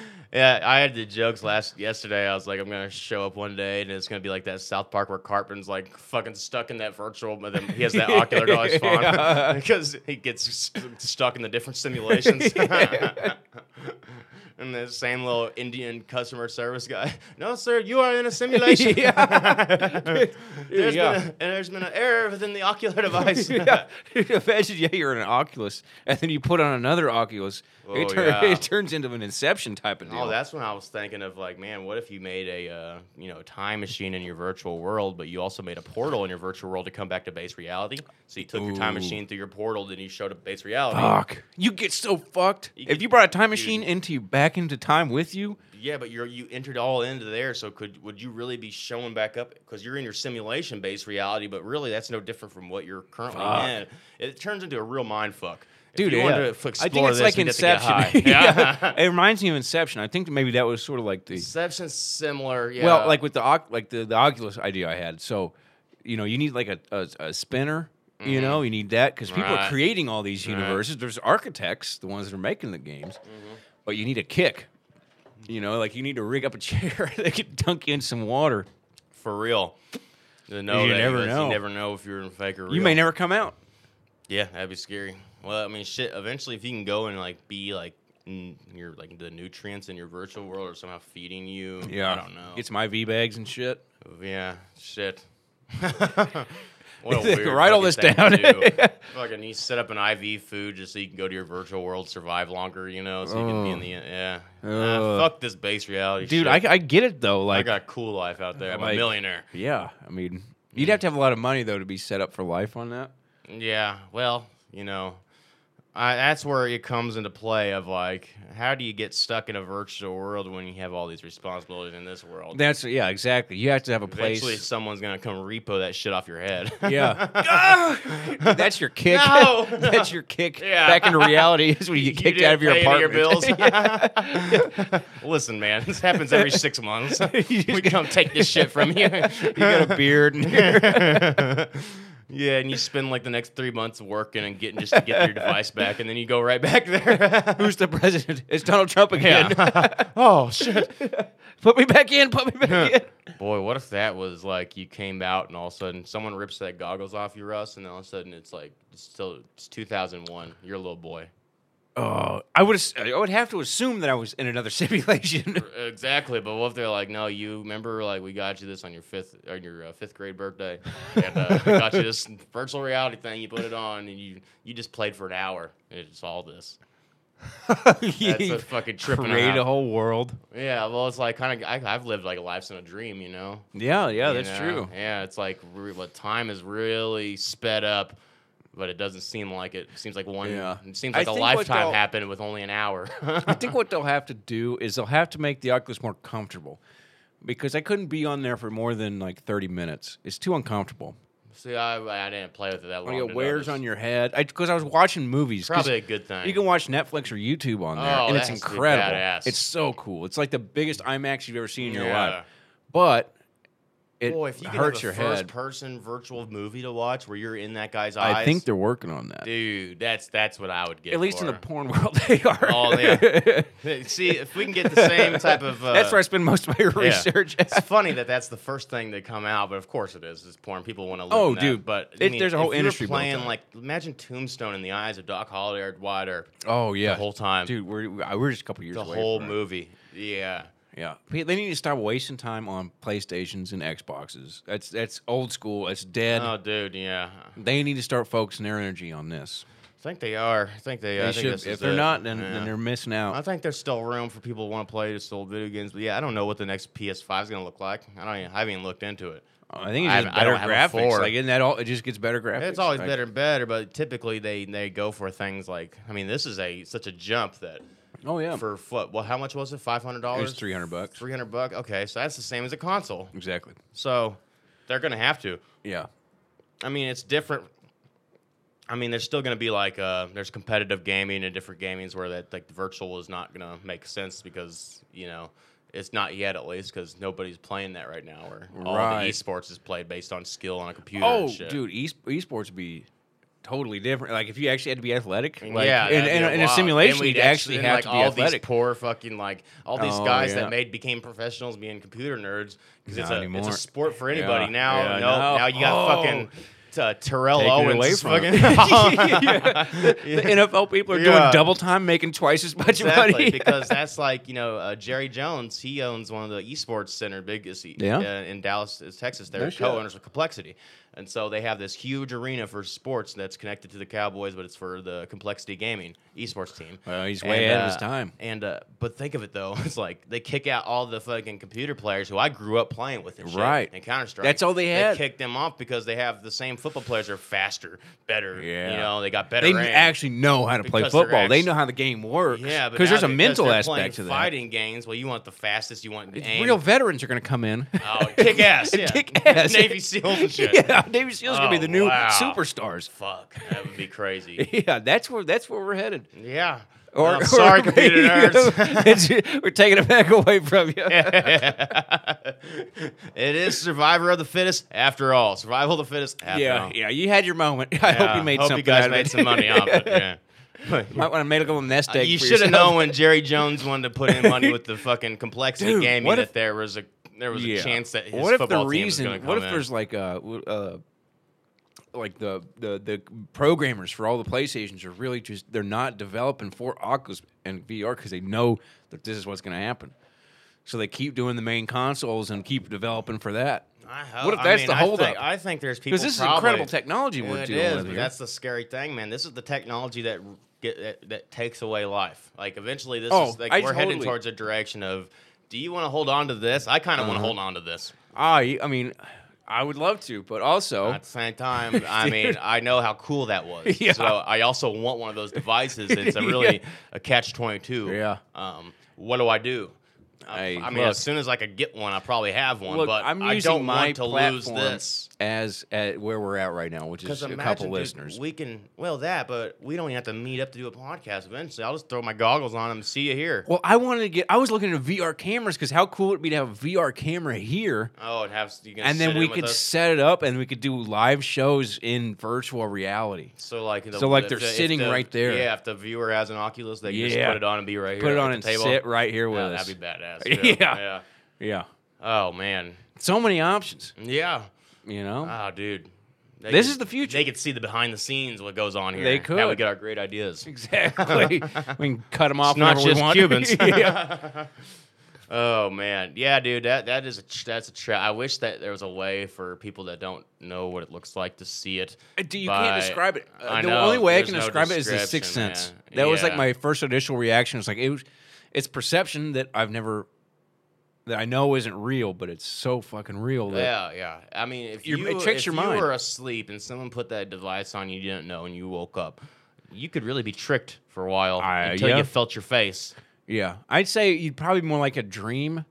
Speaker 2: Yeah, I had the jokes last yesterday. I was like, I'm gonna show up one day, and it's gonna be like that South Park where Cartman's like fucking stuck in that virtual, but then he has that ocular noise
Speaker 1: Yeah.
Speaker 2: font because he gets st- stuck in the different simulations. and the same little Indian customer service guy. No, sir, you are in a simulation.
Speaker 1: Yeah.
Speaker 2: There's
Speaker 1: Yeah.
Speaker 2: been a, and there's been an error within the ocular device.
Speaker 1: yeah. Imagine, yeah, you're in an Oculus, and then you put on another Oculus.
Speaker 2: Oh,
Speaker 1: it, tur-
Speaker 2: yeah.
Speaker 1: it turns into an Inception type of deal.
Speaker 2: Oh, that's when I was thinking of like, man, what if you made a uh, you know time machine in your virtual world, but you also made a portal in your virtual world to come back to base reality? So you took your time
Speaker 1: Ooh.
Speaker 2: machine through your portal, then you showed up base reality.
Speaker 1: Fuck. You get so fucked.
Speaker 2: You
Speaker 1: if
Speaker 2: get-
Speaker 1: you brought a time machine into you back into time with you,
Speaker 2: Yeah, but you are you entered all into there, so could would you really be showing back up because you're in your simulation based reality? But really, that's no different from what you're currently
Speaker 1: Fuck.
Speaker 2: in. It turns into a real mind fuck. If
Speaker 1: dude,
Speaker 2: you
Speaker 1: yeah.
Speaker 2: wanted to f-
Speaker 1: I think
Speaker 2: explore
Speaker 1: it's
Speaker 2: this,
Speaker 1: like
Speaker 2: we'd have to get
Speaker 1: Inception.
Speaker 2: high.
Speaker 1: Yeah. it reminds me of Inception. I think maybe that was sort of like the
Speaker 2: Inception's similar. Yeah.
Speaker 1: well, like with the Oc- like the, the Oculus idea I had. So, you know, you need like a a, a spinner. You know, you need that because people are
Speaker 2: Mm-hmm. Right. Mm-hmm.
Speaker 1: creating all these universes. There's architects, the ones that are making the games, but you need a kick. You know, like you need to rig up a chair that can dunk you in some water.
Speaker 2: for real. The no
Speaker 1: You
Speaker 2: that
Speaker 1: never
Speaker 2: is,
Speaker 1: know.
Speaker 2: You never know if you're in fake or real.
Speaker 1: You may never come out.
Speaker 2: Yeah, that'd be scary. Well, I mean, shit. Eventually, if you can go and like be like n- your like the nutrients in your virtual world are somehow feeding you.
Speaker 1: Yeah,
Speaker 2: I don't know.
Speaker 1: It's my V bags and shit.
Speaker 2: yeah, shit. what a weird
Speaker 1: Write all
Speaker 2: fucking
Speaker 1: this
Speaker 2: thing
Speaker 1: down.
Speaker 2: to do. fucking, you set up an IV food just so you can go to your virtual world, survive longer. You know, so you can be in the yeah. Nah,
Speaker 1: Ugh.
Speaker 2: fuck this base reality,
Speaker 1: Dude, I,
Speaker 2: shit.
Speaker 1: I get it though.
Speaker 2: I
Speaker 1: Like,
Speaker 2: got a cool life out there. I'm
Speaker 1: Like-
Speaker 2: a millionaire.
Speaker 1: yeah, I mean, you'd have to have a lot of money though to be set up for life on that.
Speaker 2: Yeah, well, you know, I, that's where it comes into play of like, how do you get stuck in a virtual world when you have all these responsibilities in this world?
Speaker 1: That's yeah, exactly. You have to have a place.
Speaker 2: Eventually, someone's gonna come repo that shit off your head.
Speaker 1: Yeah, Ah! that's your kick.
Speaker 2: No!
Speaker 1: that's your kick
Speaker 2: Yeah.
Speaker 1: back into reality. Is when you get
Speaker 2: You
Speaker 1: kicked
Speaker 2: didn't
Speaker 1: out of your
Speaker 2: pay any of your
Speaker 1: apartment.
Speaker 2: bills. Listen, man, this happens every six months.
Speaker 1: You just
Speaker 2: we come take this shit from you.
Speaker 1: you got a beard. And
Speaker 2: you Yeah, and you spend like the next three months working and getting just to get your device back, and then you go right back there.
Speaker 1: Who's the president? It's Donald Trump again.
Speaker 2: oh shit.
Speaker 1: put me back in. Put me back in.
Speaker 2: Boy, what if that was like you came out and all of a sudden someone rips that goggles off you, Russ, and all of a sudden it's like it's still it's 2001. You're a little boy.
Speaker 1: Oh, I would. ass- I would have to assume that I was in another simulation.
Speaker 2: Exactly, but what if they're like, no, you remember like we got you this on your fifth on your uh, fifth grade birthday, and uh, we got you this virtual reality thing. You put it on, and you you just played for an hour, and it's all this. That's a fucking tripping
Speaker 1: Create a
Speaker 2: out.
Speaker 1: whole world.
Speaker 2: Yeah, well, it's like kind of I, I've lived like a life's in a dream, you know.
Speaker 1: Yeah, yeah,
Speaker 2: You
Speaker 1: Oh, that's
Speaker 2: know?
Speaker 1: true.
Speaker 2: Yeah, it's like re- what time is really sped up, but it doesn't seem like it. It seems like one.
Speaker 1: Yeah.
Speaker 2: It seems
Speaker 1: I
Speaker 2: like a
Speaker 1: think what
Speaker 2: lifetime
Speaker 1: they'll-
Speaker 2: happened with only an hour.
Speaker 1: I think what they'll have to do is they'll have to make the Oculus more comfortable, because I couldn't be on there for more than like thirty minutes. It's too uncomfortable.
Speaker 2: See, I, I didn't play with it that long.
Speaker 1: Like
Speaker 2: to
Speaker 1: it wears
Speaker 2: notice.
Speaker 1: on your head. Because I, was watching movies. 'cause
Speaker 2: Probably a good thing.
Speaker 1: You can watch Netflix or YouTube on there,
Speaker 2: Oh,
Speaker 1: and
Speaker 2: that
Speaker 1: it's
Speaker 2: has to be
Speaker 1: incredible.
Speaker 2: badass.
Speaker 1: It's so cool. It's like the biggest IMAX you've ever seen in your
Speaker 2: Yeah.
Speaker 1: life. But it
Speaker 2: Boy, if you could
Speaker 1: hurts
Speaker 2: have
Speaker 1: your
Speaker 2: a first
Speaker 1: head.
Speaker 2: person virtual movie to watch where you're in that guy's eyes.
Speaker 1: I think they're working on that.
Speaker 2: dude, that's that's what I would get.
Speaker 1: At least in the
Speaker 2: for
Speaker 1: porn world, they are.
Speaker 2: Oh, yeah. it. See, if we can get the same type of uh,
Speaker 1: That's where I spend most of my research.
Speaker 2: It's funny that that's the first thing to come out, but of course it is. It's porn. People want to live.
Speaker 1: Oh,
Speaker 2: in that,
Speaker 1: dude.
Speaker 2: But I
Speaker 1: It- there's a
Speaker 2: if
Speaker 1: whole
Speaker 2: you were
Speaker 1: industry built
Speaker 2: playing
Speaker 1: on it.
Speaker 2: like imagine Tombstone in the eyes of Doc Holliday or Dwight or
Speaker 1: oh yeah,
Speaker 2: the whole time,
Speaker 1: dude. We're we're just a couple years
Speaker 2: the
Speaker 1: away
Speaker 2: whole
Speaker 1: from it.
Speaker 2: movie. Yeah,
Speaker 1: Yeah, Pe- they need to stop wasting time on PlayStations and Xboxes. That's that's old school. It's dead.
Speaker 2: oh, dude, yeah.
Speaker 1: they need to start focusing their energy on this.
Speaker 2: I think they are. I think they.
Speaker 1: They
Speaker 2: I think
Speaker 1: should.
Speaker 2: this
Speaker 1: If
Speaker 2: is
Speaker 1: they're
Speaker 2: it.
Speaker 1: not, then,
Speaker 2: Yeah.
Speaker 1: then they're missing
Speaker 2: I
Speaker 1: out.
Speaker 2: think there's still room for people who want to play just old video games, but yeah, I don't know what the next PS5 is going to look like. I don't. Even, I haven't even looked into it.
Speaker 1: I think
Speaker 2: I
Speaker 1: it's just
Speaker 2: haven't- I
Speaker 1: better
Speaker 2: don't have a
Speaker 1: graphics.
Speaker 2: four.
Speaker 1: Like isn't that all? It just gets better graphics.
Speaker 2: It's always
Speaker 1: Like,
Speaker 2: better and better, but typically they they go for things like. I mean, this is a such a jump that
Speaker 1: Oh yeah,
Speaker 2: for what? Well, how much was it? Five hundred
Speaker 1: it
Speaker 2: dollars.
Speaker 1: was three hundred bucks.
Speaker 2: Three hundred bucks. Okay, so that's the same as a console.
Speaker 1: Exactly.
Speaker 2: So they're gonna have to.
Speaker 1: Yeah.
Speaker 2: I mean, it's different. I mean, there's still gonna be like uh, there's competitive gaming and different gamings where that like the virtual is not gonna make sense because you know it's not yet at least because nobody's playing that right now. Where all
Speaker 1: Right.
Speaker 2: the esports is played based on skill on a computer.
Speaker 1: Oh,
Speaker 2: and shit.
Speaker 1: dude, e- esports would be totally different. Like if you actually had to be athletic, like,
Speaker 2: yeah,
Speaker 1: in, in,
Speaker 2: that'd be
Speaker 1: in a
Speaker 2: lot.
Speaker 1: simulation,
Speaker 2: And we'd
Speaker 1: you'd actually
Speaker 2: then,
Speaker 1: have
Speaker 2: like,
Speaker 1: to be
Speaker 2: all
Speaker 1: athletic.
Speaker 2: These poor fucking like all these
Speaker 1: Oh,
Speaker 2: guys
Speaker 1: yeah.
Speaker 2: that made became professionals being computer nerds because it's
Speaker 1: Not
Speaker 2: a
Speaker 1: anymore.
Speaker 2: it's a sport for anybody
Speaker 1: Yeah,
Speaker 2: now.
Speaker 1: yeah,
Speaker 2: no,
Speaker 1: no.
Speaker 2: now you got
Speaker 1: Oh.
Speaker 2: fucking t- Terrell
Speaker 1: Taking it
Speaker 2: Owens
Speaker 1: away
Speaker 2: is
Speaker 1: from
Speaker 2: fucking.
Speaker 1: Yeah. The, the NFL people are doing
Speaker 2: Yeah.
Speaker 1: double time, making twice as much
Speaker 2: Exactly,
Speaker 1: money.
Speaker 2: because that's like you know uh, Jerry Jones. He owns one of the esports center biggest e-
Speaker 1: Yeah.
Speaker 2: uh, in Dallas, is Texas. They're
Speaker 1: No shit.
Speaker 2: co-owners with Complexity, and so they have this huge arena for sports that's connected to the Cowboys, but it's for the Complexity Gaming esports team.
Speaker 1: Well, he's way ahead of his
Speaker 2: uh,
Speaker 1: time.
Speaker 2: And uh, but think of it though, it's like they kick out all the fucking computer players who I grew up playing with, and shit,
Speaker 1: Right.
Speaker 2: And Counter Strike.
Speaker 1: That's all they had.
Speaker 2: They kick them off because they have the same football players are faster, better.
Speaker 1: Yeah.
Speaker 2: You know, they got better.
Speaker 1: they
Speaker 2: aim.
Speaker 1: actually know how to play
Speaker 2: Because they're
Speaker 1: football. they
Speaker 2: actu-
Speaker 1: know how the game works.
Speaker 2: Yeah, but
Speaker 1: because there's
Speaker 2: now
Speaker 1: a
Speaker 2: because
Speaker 1: mental
Speaker 2: they're playing
Speaker 1: aspect to that.
Speaker 2: Fighting games, well, you want the fastest, you want
Speaker 1: It's
Speaker 2: aim.
Speaker 1: Real veterans are going to come in.
Speaker 2: oh, kick ass, yeah.
Speaker 1: Kick ass.
Speaker 2: Navy SEALs and shit.
Speaker 1: yeah, Navy Seals going to
Speaker 2: Oh,
Speaker 1: be the new
Speaker 2: wow.
Speaker 1: superstars.
Speaker 2: Fuck, that would be crazy.
Speaker 1: Yeah, that's where that's where we're headed.
Speaker 2: yeah.
Speaker 1: Or,
Speaker 2: I'm sorry,
Speaker 1: or
Speaker 2: computer
Speaker 1: maybe-
Speaker 2: nerds.
Speaker 1: It's- we're taking it back away from you.
Speaker 2: it is survivor of the fittest, after all. Survival of the fittest, after
Speaker 1: Yeah,
Speaker 2: all.
Speaker 1: yeah, you had your moment. I hope you made
Speaker 2: hope
Speaker 1: something.
Speaker 2: you guys
Speaker 1: out of
Speaker 2: made
Speaker 1: it.
Speaker 2: some money off it. Yeah.
Speaker 1: Might want to make a little nest egg.
Speaker 2: you
Speaker 1: for
Speaker 2: should have
Speaker 1: yourself.
Speaker 2: known when Jerry Jones wanted to put in money with the fucking complexity
Speaker 1: Dude,
Speaker 2: gaming
Speaker 1: what
Speaker 2: that
Speaker 1: if-
Speaker 2: there was a there was a chance that his
Speaker 1: what if
Speaker 2: football
Speaker 1: the
Speaker 2: team
Speaker 1: reason?
Speaker 2: was going to come
Speaker 1: what if
Speaker 2: in.
Speaker 1: there's like uh, w- uh, like the, the the programmers for all the PlayStations are really just they're not developing for Oculus and VR because they know that this is what's going to happen. So they keep doing the main consoles and keep developing for that.
Speaker 2: I hope.
Speaker 1: What if
Speaker 2: I
Speaker 1: that's
Speaker 2: mean,
Speaker 1: the
Speaker 2: I
Speaker 1: holdup?
Speaker 2: think- I think there's people
Speaker 1: Because this is
Speaker 2: probably-
Speaker 1: incredible technology
Speaker 2: Yeah,
Speaker 1: we're
Speaker 2: it
Speaker 1: dealing
Speaker 2: is,
Speaker 1: with
Speaker 2: but
Speaker 1: here.
Speaker 2: that's the scary thing, man. This is the technology that r- get that, that takes away life. Like eventually, this
Speaker 1: Oh,
Speaker 2: is like
Speaker 1: I
Speaker 2: we're heading
Speaker 1: totally-
Speaker 2: towards a direction of. Do you want to hold on to this? I kind of
Speaker 1: Uh-huh.
Speaker 2: want to hold on to this.
Speaker 1: I I mean, I would love to, but also
Speaker 2: At the same time, I mean, I know how cool that was.
Speaker 1: Oh. Yeah.
Speaker 2: So I also want one of those devices. It's a really a catch twenty two.
Speaker 1: Yeah.
Speaker 2: Um, what do I do? I,
Speaker 1: Hey,
Speaker 2: I mean,
Speaker 1: look.
Speaker 2: as soon as I could get one, I probably have one.
Speaker 1: look,
Speaker 2: but
Speaker 1: I'm
Speaker 2: I
Speaker 1: using
Speaker 2: don't
Speaker 1: my
Speaker 2: want to lose
Speaker 1: platform
Speaker 2: this.
Speaker 1: as at where we're at right now, which
Speaker 2: Because
Speaker 1: is a
Speaker 2: imagine
Speaker 1: couple
Speaker 2: dude,
Speaker 1: listeners.
Speaker 2: we can well that, but we don't even have to meet up to do a podcast. Eventually, I'll just throw my goggles on 'em and see you here.
Speaker 1: well, I wanted to get. I was looking at VR cameras because how cool would it be to have a VR camera here,
Speaker 2: Oh, and have you can
Speaker 1: and then
Speaker 2: sit in
Speaker 1: we
Speaker 2: with
Speaker 1: could
Speaker 2: us.
Speaker 1: set it up and we could do live shows in virtual reality.
Speaker 2: So like, the,
Speaker 1: So, like,
Speaker 2: if
Speaker 1: they're
Speaker 2: the- if
Speaker 1: sitting
Speaker 2: the-
Speaker 1: right there.
Speaker 2: Yeah, if the viewer has an Oculus, they can just
Speaker 1: Yeah.
Speaker 2: put it on and be right here.
Speaker 1: Put it
Speaker 2: at
Speaker 1: on
Speaker 2: the
Speaker 1: and
Speaker 2: table.
Speaker 1: sit right here with
Speaker 2: Yeah,
Speaker 1: us.
Speaker 2: that'd be badass.
Speaker 1: Yeah.
Speaker 2: too. yeah.
Speaker 1: yeah,
Speaker 2: Oh man.
Speaker 1: so many options.
Speaker 2: Yeah.
Speaker 1: You know,
Speaker 2: Oh, dude. They
Speaker 1: This
Speaker 2: could-
Speaker 1: is the future.
Speaker 2: They could see the behind the scenes what goes on here.
Speaker 1: They
Speaker 2: How we
Speaker 1: could.
Speaker 2: get our great ideas.
Speaker 1: exactly. we can cut them off.
Speaker 2: It's not
Speaker 1: whenever we
Speaker 2: just
Speaker 1: want.
Speaker 2: Cubans.
Speaker 1: yeah.
Speaker 2: Oh man, yeah, dude, that that is a tr- that's a trap. I wish that there was a way for people that don't know what it looks like to see it.
Speaker 1: Uh, Do you
Speaker 2: by-
Speaker 1: can't describe it. Uh,
Speaker 2: I
Speaker 1: the
Speaker 2: know,
Speaker 1: only way I
Speaker 2: there's
Speaker 1: can
Speaker 2: no
Speaker 1: describe it is the sixth
Speaker 2: description,
Speaker 1: sense.
Speaker 2: man.
Speaker 1: That was like
Speaker 2: Yeah.
Speaker 1: my first initial reaction. It's like it was, it's perception that I've never, that I know isn't real, but it's so fucking real that
Speaker 2: Yeah, yeah. I mean, if
Speaker 1: Your-
Speaker 2: you
Speaker 1: it tricks
Speaker 2: if
Speaker 1: your
Speaker 2: you
Speaker 1: mind.
Speaker 2: were asleep and someone put that device on you, you didn't know, and you woke up, you could really be tricked for a while
Speaker 1: I-
Speaker 2: until
Speaker 1: yeah.
Speaker 2: you felt your face.
Speaker 1: yeah. I'd say you'd probably more like a dream.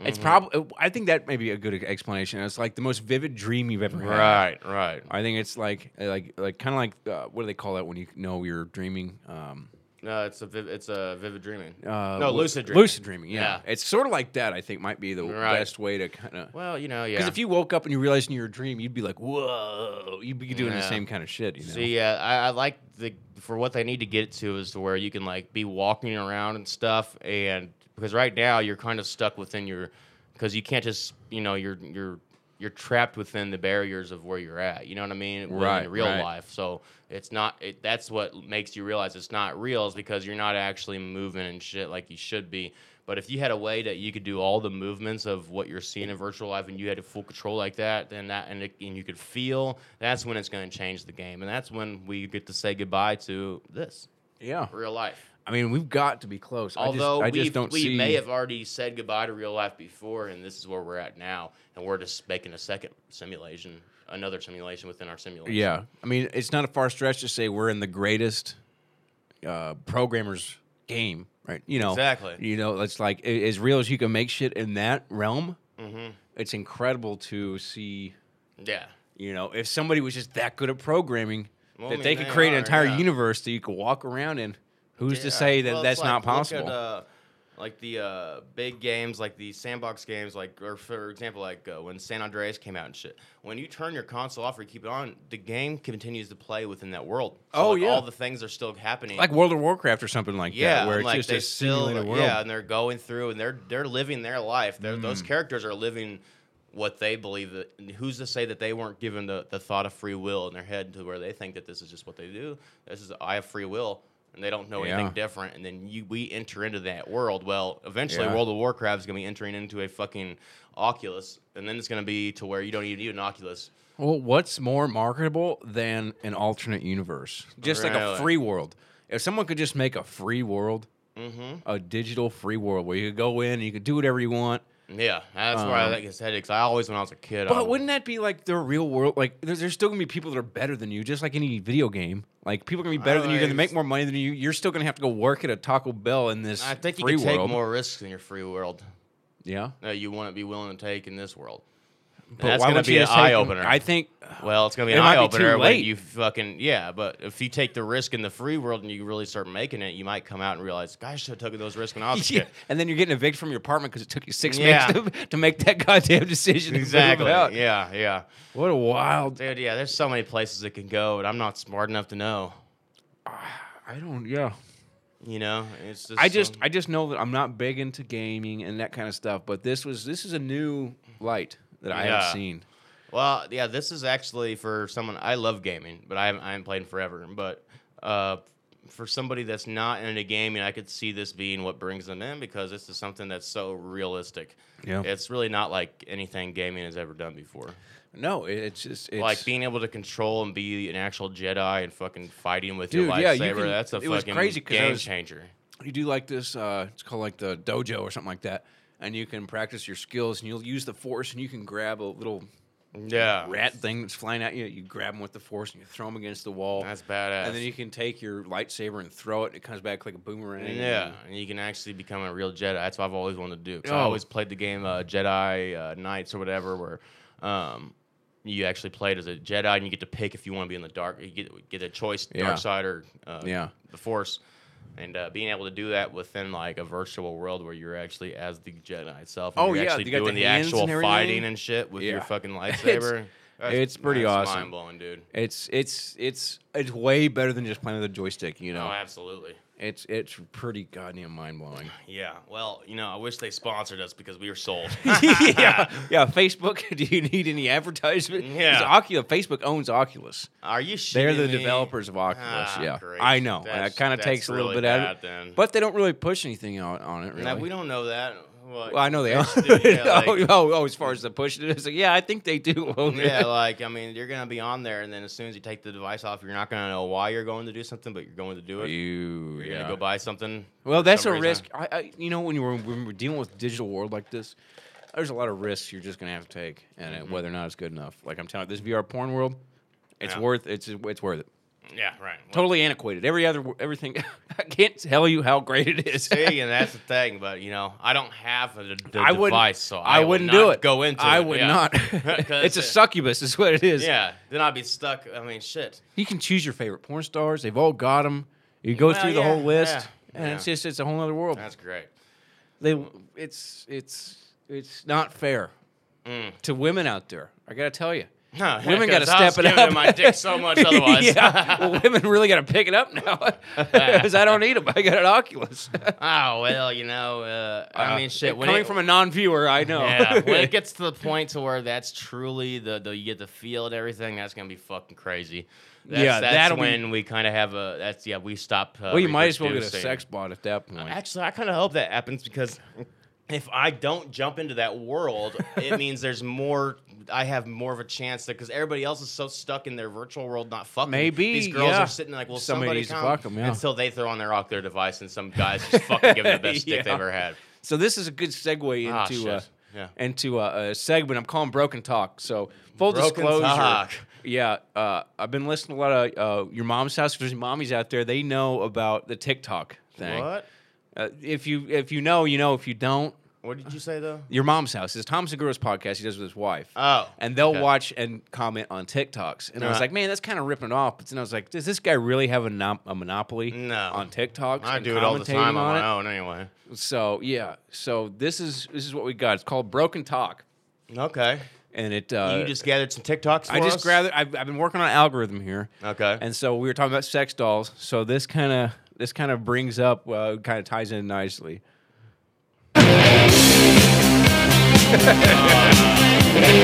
Speaker 1: It's
Speaker 2: Mm-hmm.
Speaker 1: probably I think that may be a good e, explanation. It's like the most vivid dream you've ever had.
Speaker 2: Right, right.
Speaker 1: I think it's like like like kind of like uh, what do they call that when you know you're dreaming? Um,
Speaker 2: No, it's a viv- it's a vivid dreaming.
Speaker 1: uh,
Speaker 2: no,
Speaker 1: wh-
Speaker 2: lucid dreaming.
Speaker 1: Lucid dreaming. Yeah. it's sort of like that. I think might be the
Speaker 2: Right.
Speaker 1: best way to kind of.
Speaker 2: Well, you know, yeah.
Speaker 1: Because if you woke up and you realized in your dream, you'd be like, "Whoa!" You'd be doing the
Speaker 2: Yeah.
Speaker 1: same kind of shit. You know?
Speaker 2: See, yeah, I, I like the for what they need to get to is to where you can like be walking around and stuff, and because right now you're kind of stuck within your, because you can't just you know you're you're you're trapped within the barriers of where you're at. You know what I mean? Well,
Speaker 1: Right,
Speaker 2: In real
Speaker 1: right.
Speaker 2: life, so it's not. It, that's what makes you realize it's not real is because you're not actually moving and shit like you should be. But if you had a way that you could do all the movements of what you're seeing in virtual life and you had full control like that, then that and, it, and you could feel, that's when it's going to change the game. And that's when we get to say goodbye to this
Speaker 1: yeah.
Speaker 2: real life.
Speaker 1: I mean, we've got to be close.
Speaker 2: Although
Speaker 1: I just, I
Speaker 2: we
Speaker 1: just don't
Speaker 2: we
Speaker 1: see.
Speaker 2: may have already said goodbye to real life before, and this is where we're at now, and we're just making a second simulation, another simulation within our simulation.
Speaker 1: yeah, I mean, it's not a far stretch to say we're in the greatest uh, programmer's game, right? You know,
Speaker 2: Exactly.
Speaker 1: You know, it's like a- as real as you can make shit in that realm.
Speaker 2: Mm-hmm.
Speaker 1: It's incredible to see.
Speaker 2: yeah.
Speaker 1: You know, if somebody was just that good at programming,
Speaker 2: Well, I
Speaker 1: that
Speaker 2: mean,
Speaker 1: they could
Speaker 2: they
Speaker 1: create an
Speaker 2: are,
Speaker 1: entire
Speaker 2: yeah.
Speaker 1: universe that you could walk around in. Who's to
Speaker 2: Yeah.
Speaker 1: say that
Speaker 2: Well,
Speaker 1: that's
Speaker 2: it's like-
Speaker 1: not
Speaker 2: look at,
Speaker 1: possible?
Speaker 2: uh, like the uh, big games, like the sandbox games, like or for example, like uh, when San Andreas came out and shit. When you turn your console off or you keep it on, the game continues to play within that world. So,
Speaker 1: Oh,
Speaker 2: like,
Speaker 1: yeah.
Speaker 2: all the things are still happening.
Speaker 1: like World of Warcraft or something like
Speaker 2: yeah,
Speaker 1: that, where
Speaker 2: and,
Speaker 1: it's
Speaker 2: like
Speaker 1: just
Speaker 2: they
Speaker 1: a
Speaker 2: still
Speaker 1: simulated world. Mm.
Speaker 2: yeah, and they're going through and they're they're living their life. They're, Those characters are living what they believe. That, and who's to say that they weren't given the, the thought of free will in their head to where they think that this is just what they do. This is I have free will, and they don't know
Speaker 1: Yeah.
Speaker 2: anything different. And then you we enter into that world. Well, eventually,
Speaker 1: Yeah.
Speaker 2: World of Warcraft is gonna be entering into a fucking Oculus, and then it's gonna be to where you don't even need an Oculus.
Speaker 1: Well, what's more marketable than an alternate universe? Just like a
Speaker 2: Really?
Speaker 1: free world. If someone could just make a free world,
Speaker 2: Mm-hmm.
Speaker 1: a digital free world where you could go in and you could do whatever you want.
Speaker 2: Yeah, that's where I think it's headed. 'cause I always, when I was a kid, I
Speaker 1: Um, But wouldn't that be like the real world? Like, there's, there's still gonna be people that are better than you, just like any video game. Like, people are gonna be better than you, gonna
Speaker 2: Always.
Speaker 1: make more money than you. You're still gonna have to go work at a Taco Bell in this
Speaker 2: I think you
Speaker 1: free
Speaker 2: can take
Speaker 1: world.
Speaker 2: more risks in your free world.
Speaker 1: yeah,
Speaker 2: that you wouldn't be willing to take in this world. And
Speaker 1: but
Speaker 2: that's
Speaker 1: why
Speaker 2: gonna
Speaker 1: would
Speaker 2: be
Speaker 1: you
Speaker 2: an
Speaker 1: just take-
Speaker 2: eye opener.
Speaker 1: I think
Speaker 2: well, it's gonna be
Speaker 1: It
Speaker 2: an
Speaker 1: might
Speaker 2: eye
Speaker 1: be too
Speaker 2: opener when
Speaker 1: late.
Speaker 2: you fucking yeah. But if you take the risk in the free world and you really start making it, you might come out and realize, "God, I should have taken those risks when I was a
Speaker 1: Yeah.
Speaker 2: kid.
Speaker 1: And then you're getting evicted from your apartment because it took you six
Speaker 2: Yeah.
Speaker 1: minutes to, to make that goddamn decision. to move
Speaker 2: Exactly.
Speaker 1: out.
Speaker 2: Yeah, yeah,
Speaker 1: What a wild.
Speaker 2: dude. Yeah, there's so many places it can go, and I'm not smart enough to know.
Speaker 1: I don't. Yeah.
Speaker 2: You know, it's just
Speaker 1: I just
Speaker 2: um,
Speaker 1: I just know that I'm not big into gaming and that kind of stuff. But this was this is a new light that I
Speaker 2: Yeah.
Speaker 1: haven't seen.
Speaker 2: Well, yeah, this is actually for someone I love gaming, but I haven't, I haven't played in forever. But uh, for somebody that's not into gaming, I could see this being what brings them in because this is something that's so realistic.
Speaker 1: Yeah.
Speaker 2: it's really not like anything gaming has ever done before.
Speaker 1: No, it- it's just it's
Speaker 2: like being able to control and be an actual Jedi and fucking fighting with your
Speaker 1: Dude,
Speaker 2: lightsaber.
Speaker 1: yeah, you can-
Speaker 2: that's a
Speaker 1: it
Speaker 2: fucking
Speaker 1: was crazy 'cause I
Speaker 2: game
Speaker 1: was-
Speaker 2: changer.
Speaker 1: you do like this. Uh, it's called like the dojo or something like that, and you can practice your skills and you'll use the force and you can grab a little
Speaker 2: Yeah,
Speaker 1: rat thing that's flying at you. You grab them with the force and you throw them against the wall.
Speaker 2: that's badass.
Speaker 1: and then you can take your lightsaber and throw it, and it comes back like a boomerang.
Speaker 2: Yeah, and you can actually become a real Jedi. That's what I've always wanted to do. 'cause I
Speaker 1: Oh.
Speaker 2: always played the game uh, Jedi uh, Knights or whatever, where um, you actually played as a Jedi, and you get to pick if you want to be in the dark. You get get a choice,
Speaker 1: Yeah.
Speaker 2: dark side or uh,
Speaker 1: Yeah.
Speaker 2: the Force. And uh, being able to do that within like a virtual world where you're actually as the Jedi itself, and
Speaker 1: Oh,
Speaker 2: you're
Speaker 1: yeah,
Speaker 2: actually
Speaker 1: you got the
Speaker 2: doing the
Speaker 1: hands and
Speaker 2: actual
Speaker 1: everything.
Speaker 2: fighting and shit with
Speaker 1: Yeah.
Speaker 2: your fucking
Speaker 1: It's-
Speaker 2: lightsaber. That's-
Speaker 1: it's pretty
Speaker 2: that's
Speaker 1: awesome.
Speaker 2: mind blowing, dude.
Speaker 1: It's it's it's it's way better than just playing with a joystick. You know,
Speaker 2: Oh, absolutely.
Speaker 1: it's it's pretty goddamn mind blowing.
Speaker 2: Yeah. Well, you know, I wish they sponsored us because we were sold.
Speaker 1: yeah, yeah. Facebook, do you need any advertisement? 'Cause
Speaker 2: Yeah.
Speaker 1: Oculus. Facebook owns Oculus.
Speaker 2: Are you? Shitting
Speaker 1: They're the
Speaker 2: me?
Speaker 1: developers of Oculus.
Speaker 2: Ah,
Speaker 1: yeah,
Speaker 2: great.
Speaker 1: I know. and
Speaker 2: That's-
Speaker 1: That kind of
Speaker 2: that's
Speaker 1: takes a little
Speaker 2: really
Speaker 1: bit out of
Speaker 2: bad then.
Speaker 1: it, but they don't really push anything on, on it. Really,
Speaker 2: Now, we don't know that.
Speaker 1: Well, I know they are.
Speaker 2: yeah,
Speaker 1: oh,
Speaker 2: like,
Speaker 1: oh, oh, as far as the pushing it, it's like, yeah, I think they do. own it.
Speaker 2: yeah, like I mean, you're gonna be on there, and then as soon as you take the device off, you're not gonna know why you're going to do something, but you're going to do it.
Speaker 1: You,
Speaker 2: You're
Speaker 1: yeah.
Speaker 2: gonna go buy something.
Speaker 1: Well,
Speaker 2: for
Speaker 1: that's a
Speaker 2: some reason.
Speaker 1: risk. I, I, you know, when you're when we're dealing with digital world like this, there's a lot of risks you're just gonna have to take, and
Speaker 2: Mm-hmm.
Speaker 1: it whether or not it's good enough. Like I'm telling you, this VR porn world, it's
Speaker 2: Yeah.
Speaker 1: worth it's it's worth it.
Speaker 2: Yeah, right. Well,
Speaker 1: Totally antiquated. Every other everything, I can't tell you how great it is.
Speaker 2: See, and that's the thing, but you know, I don't have a, the
Speaker 1: I wouldn't.
Speaker 2: device, so
Speaker 1: I,
Speaker 2: I, would
Speaker 1: wouldn't
Speaker 2: not
Speaker 1: do it.
Speaker 2: Go into.
Speaker 1: I
Speaker 2: it,
Speaker 1: would
Speaker 2: yeah.
Speaker 1: not.
Speaker 2: 'Cause
Speaker 1: it's a
Speaker 2: it-
Speaker 1: succubus, is what it is.
Speaker 2: Yeah, then I'd be stuck. I mean, shit.
Speaker 1: You can choose your favorite porn stars. They've all got them. You go
Speaker 2: Well,
Speaker 1: through the
Speaker 2: yeah,
Speaker 1: whole list,
Speaker 2: yeah,
Speaker 1: and
Speaker 2: yeah.
Speaker 1: it's just it's a whole other world.
Speaker 2: That's great.
Speaker 1: they it's it's it's not fair
Speaker 2: Mm.
Speaker 1: to women out there. I gotta tell you,
Speaker 2: Huh,
Speaker 1: women gotta
Speaker 2: 'cause I was
Speaker 1: step it
Speaker 2: giving
Speaker 1: up.
Speaker 2: my dick so much otherwise.
Speaker 1: yeah, well, women really gotta pick it up now because I don't need them. I got an Oculus.
Speaker 2: Oh well, you know, uh, I mean, shit. When
Speaker 1: Ah, Coming
Speaker 2: it,
Speaker 1: from a non-viewer, I know.
Speaker 2: yeah, when it gets to the point to where that's truly the, the you get the feel and everything, that's gonna be fucking crazy. That's,
Speaker 1: Yeah, that'll be-
Speaker 2: that's when we kind of have a that's yeah we stop. Uh,
Speaker 1: well, you might as well get a
Speaker 2: reproducing.
Speaker 1: sex bot at that point.
Speaker 2: Actually, I kind of hope that happens because if I don't jump into that world, it means there's more. I have more of a chance because everybody else is so stuck in their virtual world, not fucking.
Speaker 1: Maybe,
Speaker 2: these girls
Speaker 1: yeah.
Speaker 2: are sitting there like, well,
Speaker 1: Somebody
Speaker 2: somebody,
Speaker 1: needs to
Speaker 2: come.
Speaker 1: fuck 'em, yeah.
Speaker 2: until they throw on their ocular device and some guys just fucking give them the best
Speaker 1: Yeah.
Speaker 2: dick they've ever had.
Speaker 1: So this is a good segue
Speaker 2: Ah,
Speaker 1: into
Speaker 2: shit.
Speaker 1: uh,
Speaker 2: Yeah.
Speaker 1: into uh, a, a segment I'm calling Broken Talk. So full
Speaker 2: Broken
Speaker 1: disclosure,
Speaker 2: talk.
Speaker 1: yeah, uh, I've been listening to a lot of uh, your mom's house. If there's mommies out there, they know about the TikTok thing.
Speaker 2: What?
Speaker 1: Uh, if you if you know, you know. If you don't,
Speaker 2: What did you say though?
Speaker 1: your mom's house is Tom Segura's podcast. He does with his wife.
Speaker 2: Oh,
Speaker 1: and they'll
Speaker 2: okay.
Speaker 1: watch and comment on TikToks. And I was
Speaker 2: Uh-huh.
Speaker 1: like, man, that's kind of ripping it off. But then I was like, does this guy really have a, nom- a monopoly
Speaker 2: No.
Speaker 1: on TikToks?
Speaker 2: I
Speaker 1: and
Speaker 2: do it all the
Speaker 1: commentating
Speaker 2: time on
Speaker 1: it?
Speaker 2: my own anyway.
Speaker 1: So yeah, so this is this is what we got. It's called Broken Talk,
Speaker 2: Okay.
Speaker 1: and it. Uh,
Speaker 2: you just gathered some TikToks. For
Speaker 1: I just
Speaker 2: us?
Speaker 1: grabbed. I've, I've been working on an algorithm here,
Speaker 2: Okay.
Speaker 1: and so we were talking about sex dolls. So this kind of this kind of brings up, uh, kind of ties in nicely.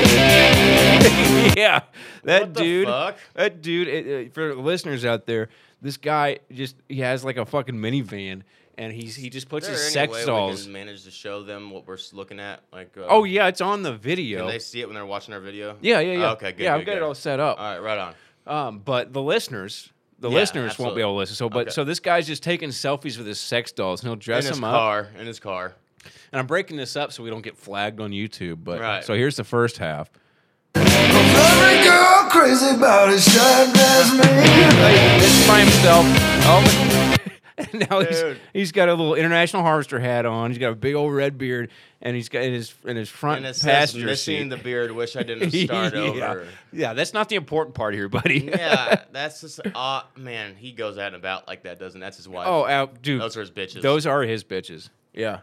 Speaker 1: yeah, that
Speaker 2: What the
Speaker 1: dude.
Speaker 2: fuck?
Speaker 1: That dude. It, it- for listeners out there, this guy just he has like a fucking minivan, and he's he just puts
Speaker 2: Is
Speaker 1: his
Speaker 2: there any
Speaker 1: sex
Speaker 2: way we
Speaker 1: dolls.
Speaker 2: can manage to show them what we're s- looking at? Like, uh,
Speaker 1: Oh yeah, it's on the video.
Speaker 2: Can they see it when they're watching our video? Oh,
Speaker 1: yeah, yeah, yeah.
Speaker 2: Okay, good.
Speaker 1: Yeah, I've
Speaker 2: good,
Speaker 1: got it
Speaker 2: good.
Speaker 1: all set up.
Speaker 2: All right, right on.
Speaker 1: Um, but the listeners, the
Speaker 2: Yeah,
Speaker 1: listeners won't be
Speaker 2: absolutely.
Speaker 1: able to listen. So, but
Speaker 2: Okay.
Speaker 1: so this guy's just taking selfies with his sex dolls, and he'll
Speaker 2: In
Speaker 1: dress
Speaker 2: his
Speaker 1: them up.
Speaker 2: car. In his car.
Speaker 1: And I'm breaking this up so we don't get flagged on YouTube. But
Speaker 2: Right.
Speaker 1: so here's the first half.
Speaker 3: Every girl crazy about a shot glass man.
Speaker 1: It's by himself. Oh. and now he's,
Speaker 2: Dude.
Speaker 1: he's got a little international harvester hat on. He's got a big old red beard, and he's got in his in his front
Speaker 2: And it says
Speaker 1: passenger
Speaker 2: missing
Speaker 1: seat.
Speaker 2: the beard. Wish I didn't start
Speaker 1: yeah.
Speaker 2: over.
Speaker 1: yeah, that's not the important part here, buddy.
Speaker 2: Yeah, that's just uh man. He goes out and about like that, doesn't? That's his wife.
Speaker 1: Oh, Al, dude,
Speaker 2: those are his bitches.
Speaker 1: Those are his bitches. Yeah.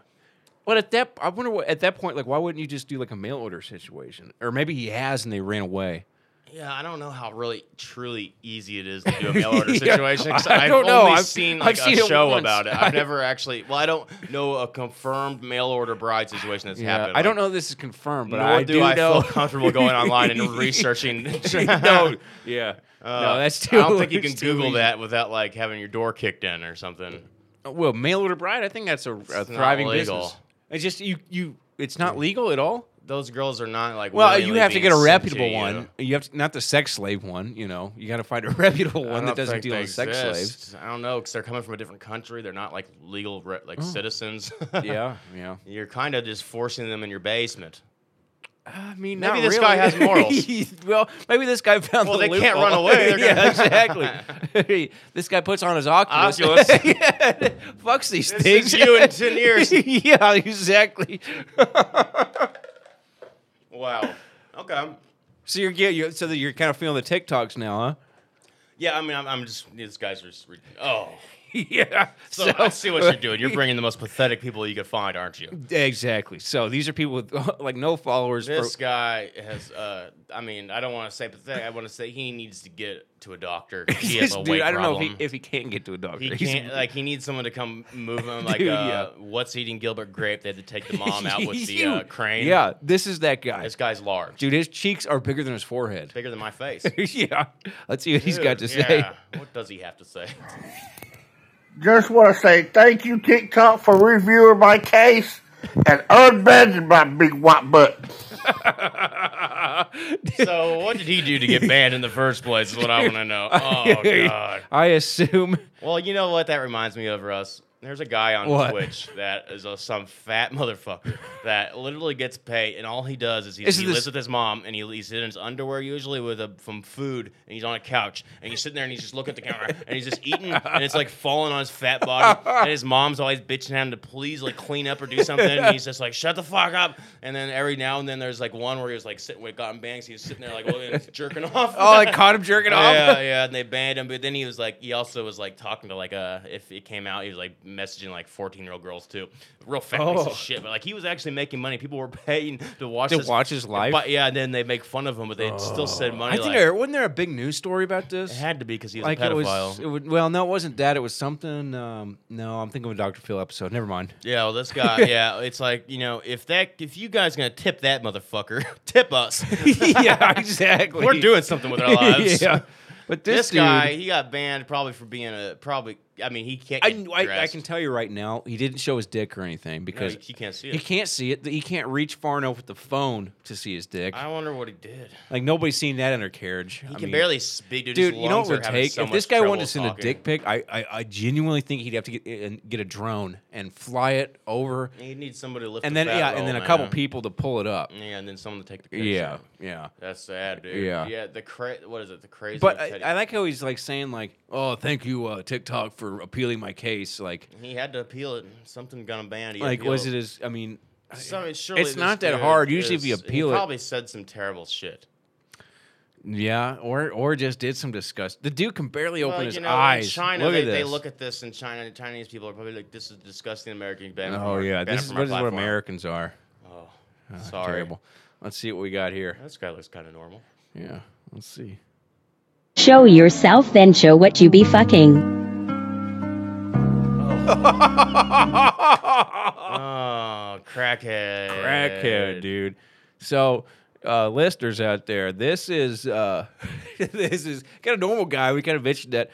Speaker 1: But at that, I wonder what at that point, like, why wouldn't you just do like a mail order situation? Or maybe he has and they ran away.
Speaker 2: Yeah, I don't know how really truly easy it is to do a mail order
Speaker 1: Yeah,
Speaker 2: situation. 'cause
Speaker 1: I
Speaker 2: I've
Speaker 1: don't know.
Speaker 2: only
Speaker 1: I've-
Speaker 2: seen
Speaker 1: I've
Speaker 2: like
Speaker 1: seen
Speaker 2: a
Speaker 1: it
Speaker 2: show
Speaker 1: once.
Speaker 2: about it.
Speaker 1: I-
Speaker 2: I've never actually. Well, I don't know a confirmed mail order bride situation that's
Speaker 1: Yeah,
Speaker 2: happened.
Speaker 1: I don't
Speaker 2: like,
Speaker 1: know if this is confirmed, but
Speaker 2: Nor
Speaker 1: I
Speaker 2: do,
Speaker 1: do,
Speaker 2: I
Speaker 1: know.
Speaker 2: feel comfortable going online and researching.
Speaker 1: no, yeah, Uh, no, that's too.
Speaker 2: I don't think you
Speaker 1: it's
Speaker 2: can
Speaker 1: too
Speaker 2: Google
Speaker 1: easy.
Speaker 2: that without like having your door kicked in or something.
Speaker 1: Well, mail order bride, I think that's a, a
Speaker 2: not
Speaker 1: thriving
Speaker 2: legal.
Speaker 1: business. It's just you, you. It's not legal at all.
Speaker 2: Those girls are not like.
Speaker 1: Well, you
Speaker 2: willingly
Speaker 1: have to
Speaker 2: being
Speaker 1: get a
Speaker 2: sent to
Speaker 1: reputable
Speaker 2: you.
Speaker 1: one. You have to, not the sex slave one. You know, you got to find a reputable
Speaker 2: I
Speaker 1: one that
Speaker 2: don't
Speaker 1: doesn't
Speaker 2: think
Speaker 1: deal
Speaker 2: they
Speaker 1: with sex slaves.
Speaker 2: exist. I don't know because they're coming from a different country. They're not like legal re- like citizens.
Speaker 1: Oh. Yeah, yeah.
Speaker 2: You're kind of just forcing them in your basement.
Speaker 1: I mean,
Speaker 2: Maybe
Speaker 1: not
Speaker 2: this guy
Speaker 1: really.
Speaker 2: has morals.
Speaker 1: well, maybe this guy found
Speaker 2: Well,
Speaker 1: the
Speaker 2: they can't
Speaker 1: loophole.
Speaker 2: run away. They're
Speaker 1: yeah,
Speaker 2: gonna-
Speaker 1: exactly. this guy puts on his Oculus.
Speaker 2: Oculus.
Speaker 1: Yeah, Fucks these things.
Speaker 2: This is you in 10 years.
Speaker 1: yeah, exactly.
Speaker 2: Wow. Okay.
Speaker 1: So you're get you so that you're kind of feeling the TikToks now, huh?
Speaker 2: Yeah, I mean, I'm, I'm just these guys are. Just, re- oh,
Speaker 1: yeah.
Speaker 2: so, I see what you're doing. You're bringing the most pathetic people you could find, aren't you?
Speaker 1: Exactly. So these are people with like no followers. for-
Speaker 2: This guy has. Uh, I mean, I don't want to say pathetic. I want to say he needs to get to a doctor. 'cause He has
Speaker 1: This
Speaker 2: a
Speaker 1: dude,
Speaker 2: weight
Speaker 1: I don't
Speaker 2: problem.
Speaker 1: know if he, if he can get to a doctor.
Speaker 2: He
Speaker 1: He's-
Speaker 2: can't like he needs someone to come move him. Like
Speaker 1: Dude,
Speaker 2: uh,
Speaker 1: yeah.
Speaker 2: what's eating Gilbert Grape? They had to take the mom out with the
Speaker 1: You-
Speaker 2: uh, crane.
Speaker 1: Yeah, this is that guy.
Speaker 2: this guy's large,
Speaker 1: Dude, his cheeks are bigger than his forehead.
Speaker 2: bigger than my face.
Speaker 1: yeah. Let's see what he's got to
Speaker 2: Dude,
Speaker 1: say.
Speaker 2: yeah. What does he have to say?
Speaker 4: Just want to say thank you, TikTok, for reviewing my case and unbending my big white butt.
Speaker 2: so what did he do to get banned in the first place? Is what I want to know. Oh God.
Speaker 1: I assume.
Speaker 2: Well, you know what that reminds me of, Russ? There's a guy on
Speaker 1: What?
Speaker 2: Twitch that is a, some fat motherfucker that literally gets paid, and all he does is he,
Speaker 1: Isn't
Speaker 2: he
Speaker 1: this-
Speaker 2: lives with his mom, and he, he's in his underwear usually with a, from food, and he's on a couch, and he's sitting there, and he's just looking at the camera, and he's just eating, and it's like falling on his fat body, and his mom's always bitching at him to please like clean up or do something, and he's just like shut the fuck up, and then every now and then there's like one where he was like sitting with Gotten Banks, he was sitting there like looking, and jerking off.
Speaker 1: Oh, I caught him jerking off.
Speaker 2: Yeah, yeah, and they banned him. But then he was like, he also was like talking to like uh, if it came out, he was like messaging like fourteen year old girls too, real fat piece
Speaker 1: Oh.
Speaker 2: of shit. But like he was actually making money. People were paying to watch
Speaker 1: To
Speaker 2: this-
Speaker 1: watch his life? Oh.
Speaker 2: But yeah, and then they make fun of him, but they still send money.
Speaker 1: I think
Speaker 2: like,
Speaker 1: there wasn't there a big news story about this.
Speaker 2: it had to be because he was
Speaker 1: like
Speaker 2: a
Speaker 1: it
Speaker 2: pedophile.
Speaker 1: was, it would, well, no, it wasn't that. It was something. Um, no, I'm thinking of a Dr. Phil episode. Never mind.
Speaker 2: yeah, well, this guy. Yeah, it's like you know, if that, if you guys gonna tip that motherfucker, tip us.
Speaker 1: yeah, exactly.
Speaker 2: We're doing something with our lives.
Speaker 1: yeah, but this,
Speaker 2: This, guy,
Speaker 1: dude,
Speaker 2: he got banned probably for being a probably. I mean, he can't.
Speaker 1: I,
Speaker 2: Get
Speaker 1: I, I
Speaker 2: dressed.
Speaker 1: can tell you right now, he didn't show his dick or anything
Speaker 2: No,
Speaker 1: because
Speaker 2: you, you can't see
Speaker 1: he
Speaker 2: it.
Speaker 1: can't see it. He can't reach far enough with the phone to see his dick.
Speaker 2: I wonder what he did.
Speaker 1: like nobody's seen that in her carriage.
Speaker 2: He can barely speak, dude.
Speaker 1: Dude,
Speaker 2: His
Speaker 1: you know what
Speaker 2: lungs
Speaker 1: it
Speaker 2: are
Speaker 1: would
Speaker 2: having
Speaker 1: take
Speaker 2: so
Speaker 1: if this
Speaker 2: much
Speaker 1: guy
Speaker 2: trouble
Speaker 1: wanted to send
Speaker 2: talking.
Speaker 1: a dick pic. I, I, I genuinely think he'd have to get and get a drone and fly it over,
Speaker 2: He needs somebody to lift.
Speaker 1: and
Speaker 2: the
Speaker 1: then
Speaker 2: fat
Speaker 1: yeah, and
Speaker 2: roll,
Speaker 1: then a
Speaker 2: man. Mm,
Speaker 1: couple people to pull it up.
Speaker 2: Yeah, and then someone to take the picture.
Speaker 1: Yeah, yeah.
Speaker 2: that's sad, dude.
Speaker 1: Yeah.
Speaker 2: yeah. The cra- what is it? The crazy.
Speaker 1: But I,
Speaker 2: Teddy-
Speaker 1: I like how he's like saying like, "Oh, thank you uh, TikTok for appealing my case." Like,
Speaker 2: he had to appeal it. Something got him banned. He
Speaker 1: like
Speaker 2: appealed.
Speaker 1: was it as? I mean,
Speaker 2: So, I mean, surely
Speaker 1: it's
Speaker 2: this
Speaker 1: not that
Speaker 2: dude
Speaker 1: hard. Usually, if
Speaker 2: is-
Speaker 1: you appeal
Speaker 2: he
Speaker 1: it-
Speaker 2: probably said some terrible shit.
Speaker 1: yeah, or or just did some disgust. The dude can barely open
Speaker 2: Well,
Speaker 1: his
Speaker 2: you know,
Speaker 1: eyes.
Speaker 2: In China,
Speaker 1: look
Speaker 2: they,
Speaker 1: at this.
Speaker 2: they look at this in China. and Chinese people are probably like, "This is disgusting." American ban.
Speaker 1: oh yeah, this is, what is what Americans are.
Speaker 2: Oh, sorry.
Speaker 1: Terrible. Let's see what we got here.
Speaker 2: This guy looks kind of normal.
Speaker 1: Yeah, let's see.
Speaker 5: Show yourself, then show what you be fucking.
Speaker 2: Oh, crackhead.
Speaker 1: crackhead, dude. So, uh, listeners out there, this is uh, this is kind of normal guy. We kind of mentioned that,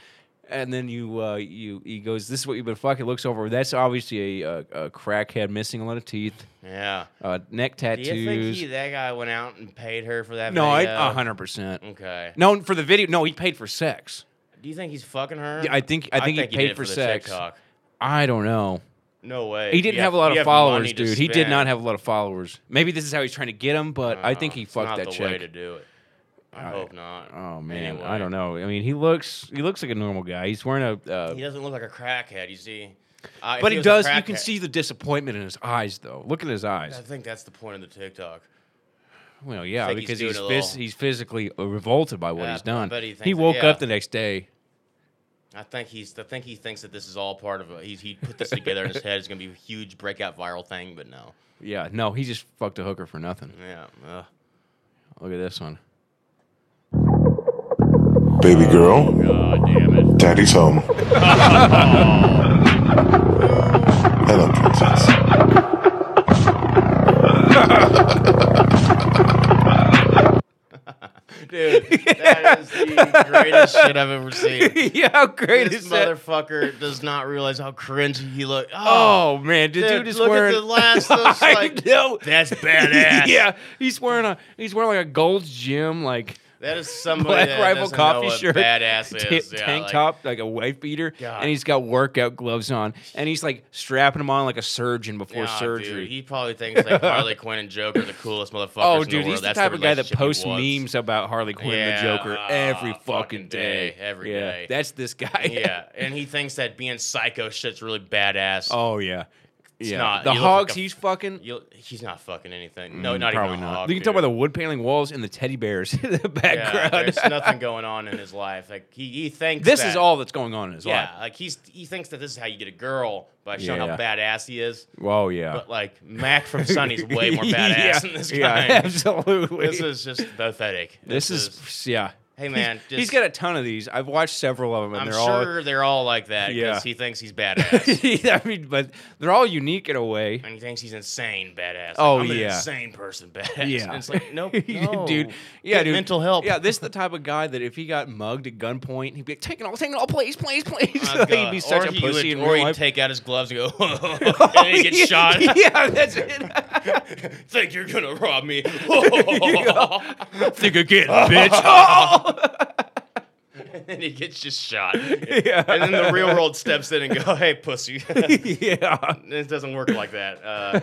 Speaker 1: and then you uh, you he goes, "This is what you've been fucking." Looks over. That's obviously a, a, a crackhead, missing a lot of teeth,
Speaker 2: Yeah.
Speaker 1: uh, neck
Speaker 2: Do
Speaker 1: tattoos.
Speaker 2: you think he, that guy went out and paid her for that?
Speaker 1: no, I-
Speaker 2: video?
Speaker 1: a hundred percent.
Speaker 2: Okay.
Speaker 1: No, for the video. No, he paid for sex.
Speaker 2: Do you think he's fucking her?
Speaker 1: Yeah, I think I think, he
Speaker 2: did
Speaker 1: paid
Speaker 2: it
Speaker 1: for,
Speaker 2: the
Speaker 1: sex.
Speaker 2: TikTok.
Speaker 1: I don't know.
Speaker 2: No way.
Speaker 1: He didn't
Speaker 2: You
Speaker 1: have, a lot
Speaker 2: you
Speaker 1: of followers,
Speaker 2: money to
Speaker 1: dude. He did not
Speaker 2: spend.
Speaker 1: have a lot of followers. Maybe this is how he's trying to get them, but I think
Speaker 2: Uh,
Speaker 1: he
Speaker 2: it's
Speaker 1: fucked
Speaker 2: not
Speaker 1: that
Speaker 2: the
Speaker 1: chick.
Speaker 2: way to do it. I hope not.
Speaker 1: Oh man,
Speaker 2: Anyway,
Speaker 1: I don't know. I mean, he looks he looks like a normal guy. He's wearing a, uh,
Speaker 2: He doesn't look like a crackhead. You see, uh, if
Speaker 1: but
Speaker 2: he
Speaker 1: he
Speaker 2: was a
Speaker 1: does. You can
Speaker 2: crackhead-
Speaker 1: see the disappointment in his eyes, though. Look at his
Speaker 2: I
Speaker 1: eyes.
Speaker 2: think that's the point of the TikTok.
Speaker 1: Well, yeah,
Speaker 2: like he's
Speaker 1: because
Speaker 2: doing
Speaker 1: he's
Speaker 2: a
Speaker 1: phys-
Speaker 2: little-
Speaker 1: he's physically uh, revolted by what
Speaker 2: Yeah,
Speaker 1: he's
Speaker 2: I
Speaker 1: done.
Speaker 2: bet he
Speaker 1: he
Speaker 2: thinks-
Speaker 1: woke
Speaker 2: yeah.
Speaker 1: up the next day.
Speaker 2: I think he's. I think he thinks that this is all part of. A, he's, he put this together in his head. It's gonna be a huge breakout viral thing, but no.
Speaker 1: Yeah, no, he just fucked a hooker for nothing.
Speaker 2: Yeah. ugh.
Speaker 1: Look at this one.
Speaker 6: Baby girl,
Speaker 2: God damn it.
Speaker 6: daddy's home. Hello, princess.
Speaker 2: Dude, that is the greatest shit I've ever seen.
Speaker 1: yeah, how great
Speaker 2: This
Speaker 1: is that?
Speaker 2: motherfucker does not realize how cringy he looked. Oh,
Speaker 1: oh man, the dude,
Speaker 2: dude,
Speaker 1: is
Speaker 2: look
Speaker 1: wearing.
Speaker 2: at the last. of us,
Speaker 1: I
Speaker 2: like,
Speaker 1: know.
Speaker 2: That's badass.
Speaker 1: yeah, he's wearing a he's wearing like a Gold's Gym like
Speaker 2: that is somebody
Speaker 1: Black
Speaker 2: that
Speaker 1: Rifle
Speaker 2: doesn't
Speaker 1: coffee
Speaker 2: know what
Speaker 1: shirt,
Speaker 2: Badass
Speaker 1: ta-
Speaker 2: is. Yeah,
Speaker 1: tank
Speaker 2: like,
Speaker 1: top, like a wife beater,
Speaker 2: God.
Speaker 1: and he's got workout gloves on, and he's like strapping them on like a surgeon before
Speaker 2: nah,
Speaker 1: surgery.
Speaker 2: Dude, he probably thinks like Harley Quinn and Joker are the coolest motherfuckers.
Speaker 1: oh,
Speaker 2: in the
Speaker 1: dude,
Speaker 2: world.
Speaker 1: he's the
Speaker 2: That's
Speaker 1: type of guy that
Speaker 2: relationship he
Speaker 1: posts
Speaker 2: wants.
Speaker 1: memes about Harley Quinn
Speaker 2: Yeah,
Speaker 1: and the Joker every
Speaker 2: ah,
Speaker 1: fucking day.
Speaker 2: every
Speaker 1: yeah,
Speaker 2: day.
Speaker 1: that's this guy.
Speaker 2: Yeah, and he thinks that being psycho shit's really badass.
Speaker 1: oh yeah.
Speaker 2: It's
Speaker 1: yeah,
Speaker 2: not-
Speaker 1: the
Speaker 2: you look like
Speaker 1: hogs
Speaker 2: a-
Speaker 1: he's fucking.
Speaker 2: You'll, he's not fucking anything. No, not
Speaker 1: Mm, probably
Speaker 2: even a
Speaker 1: not.
Speaker 2: hog,
Speaker 1: you can
Speaker 2: dude.
Speaker 1: tell by the wood paneling walls and the teddy bears in the
Speaker 2: yeah,
Speaker 1: background.
Speaker 2: there's nothing going on in his life. Like he, he thinks
Speaker 1: this
Speaker 2: is
Speaker 1: is all that's going on in his
Speaker 2: Yeah,
Speaker 1: life.
Speaker 2: like he's he thinks that this is how you get a girl by showing
Speaker 1: Yeah.
Speaker 2: how badass he is.
Speaker 1: Well, Oh, yeah.
Speaker 2: But like Mac from Sonny's way more badass than this guy.
Speaker 1: Yeah, absolutely.
Speaker 2: This is just pathetic.
Speaker 1: This is, yeah.
Speaker 2: Hey,
Speaker 1: He's-
Speaker 2: man,
Speaker 1: he's
Speaker 2: just-
Speaker 1: got a ton of these. I've watched several of them, and
Speaker 2: I'm
Speaker 1: they're
Speaker 2: sure they're all like that because
Speaker 1: Yeah.
Speaker 2: he thinks he's badass
Speaker 1: all. I mean, but they're all unique in a way.
Speaker 2: and he thinks he's insane badass. Like,
Speaker 1: Oh,
Speaker 2: I'm an
Speaker 1: yeah.
Speaker 2: insane person badass.
Speaker 1: Yeah.
Speaker 2: and it's like nope, no,
Speaker 1: dude. Yeah,
Speaker 2: Get
Speaker 1: dude.
Speaker 2: mental help.
Speaker 1: Yeah, this is the type of guy that if he got mugged at gunpoint, he'd be like, "Take it all, take it all, please, please, please."
Speaker 2: Oh,
Speaker 1: Like, he'd
Speaker 2: God.
Speaker 1: be such
Speaker 2: or
Speaker 1: a
Speaker 2: he
Speaker 1: pussy
Speaker 2: would,
Speaker 1: in
Speaker 2: or
Speaker 1: real
Speaker 2: he'd
Speaker 1: life. Oh,
Speaker 2: take out his gloves and go, and he'd get shot.
Speaker 1: yeah, that's it.
Speaker 2: Think you're gonna rob me?
Speaker 1: Think again, bitch. Oh!
Speaker 2: and he gets just shot. And then the real world steps in and go, "Hey, pussy,
Speaker 1: yeah.
Speaker 2: it doesn't work like that. Uh,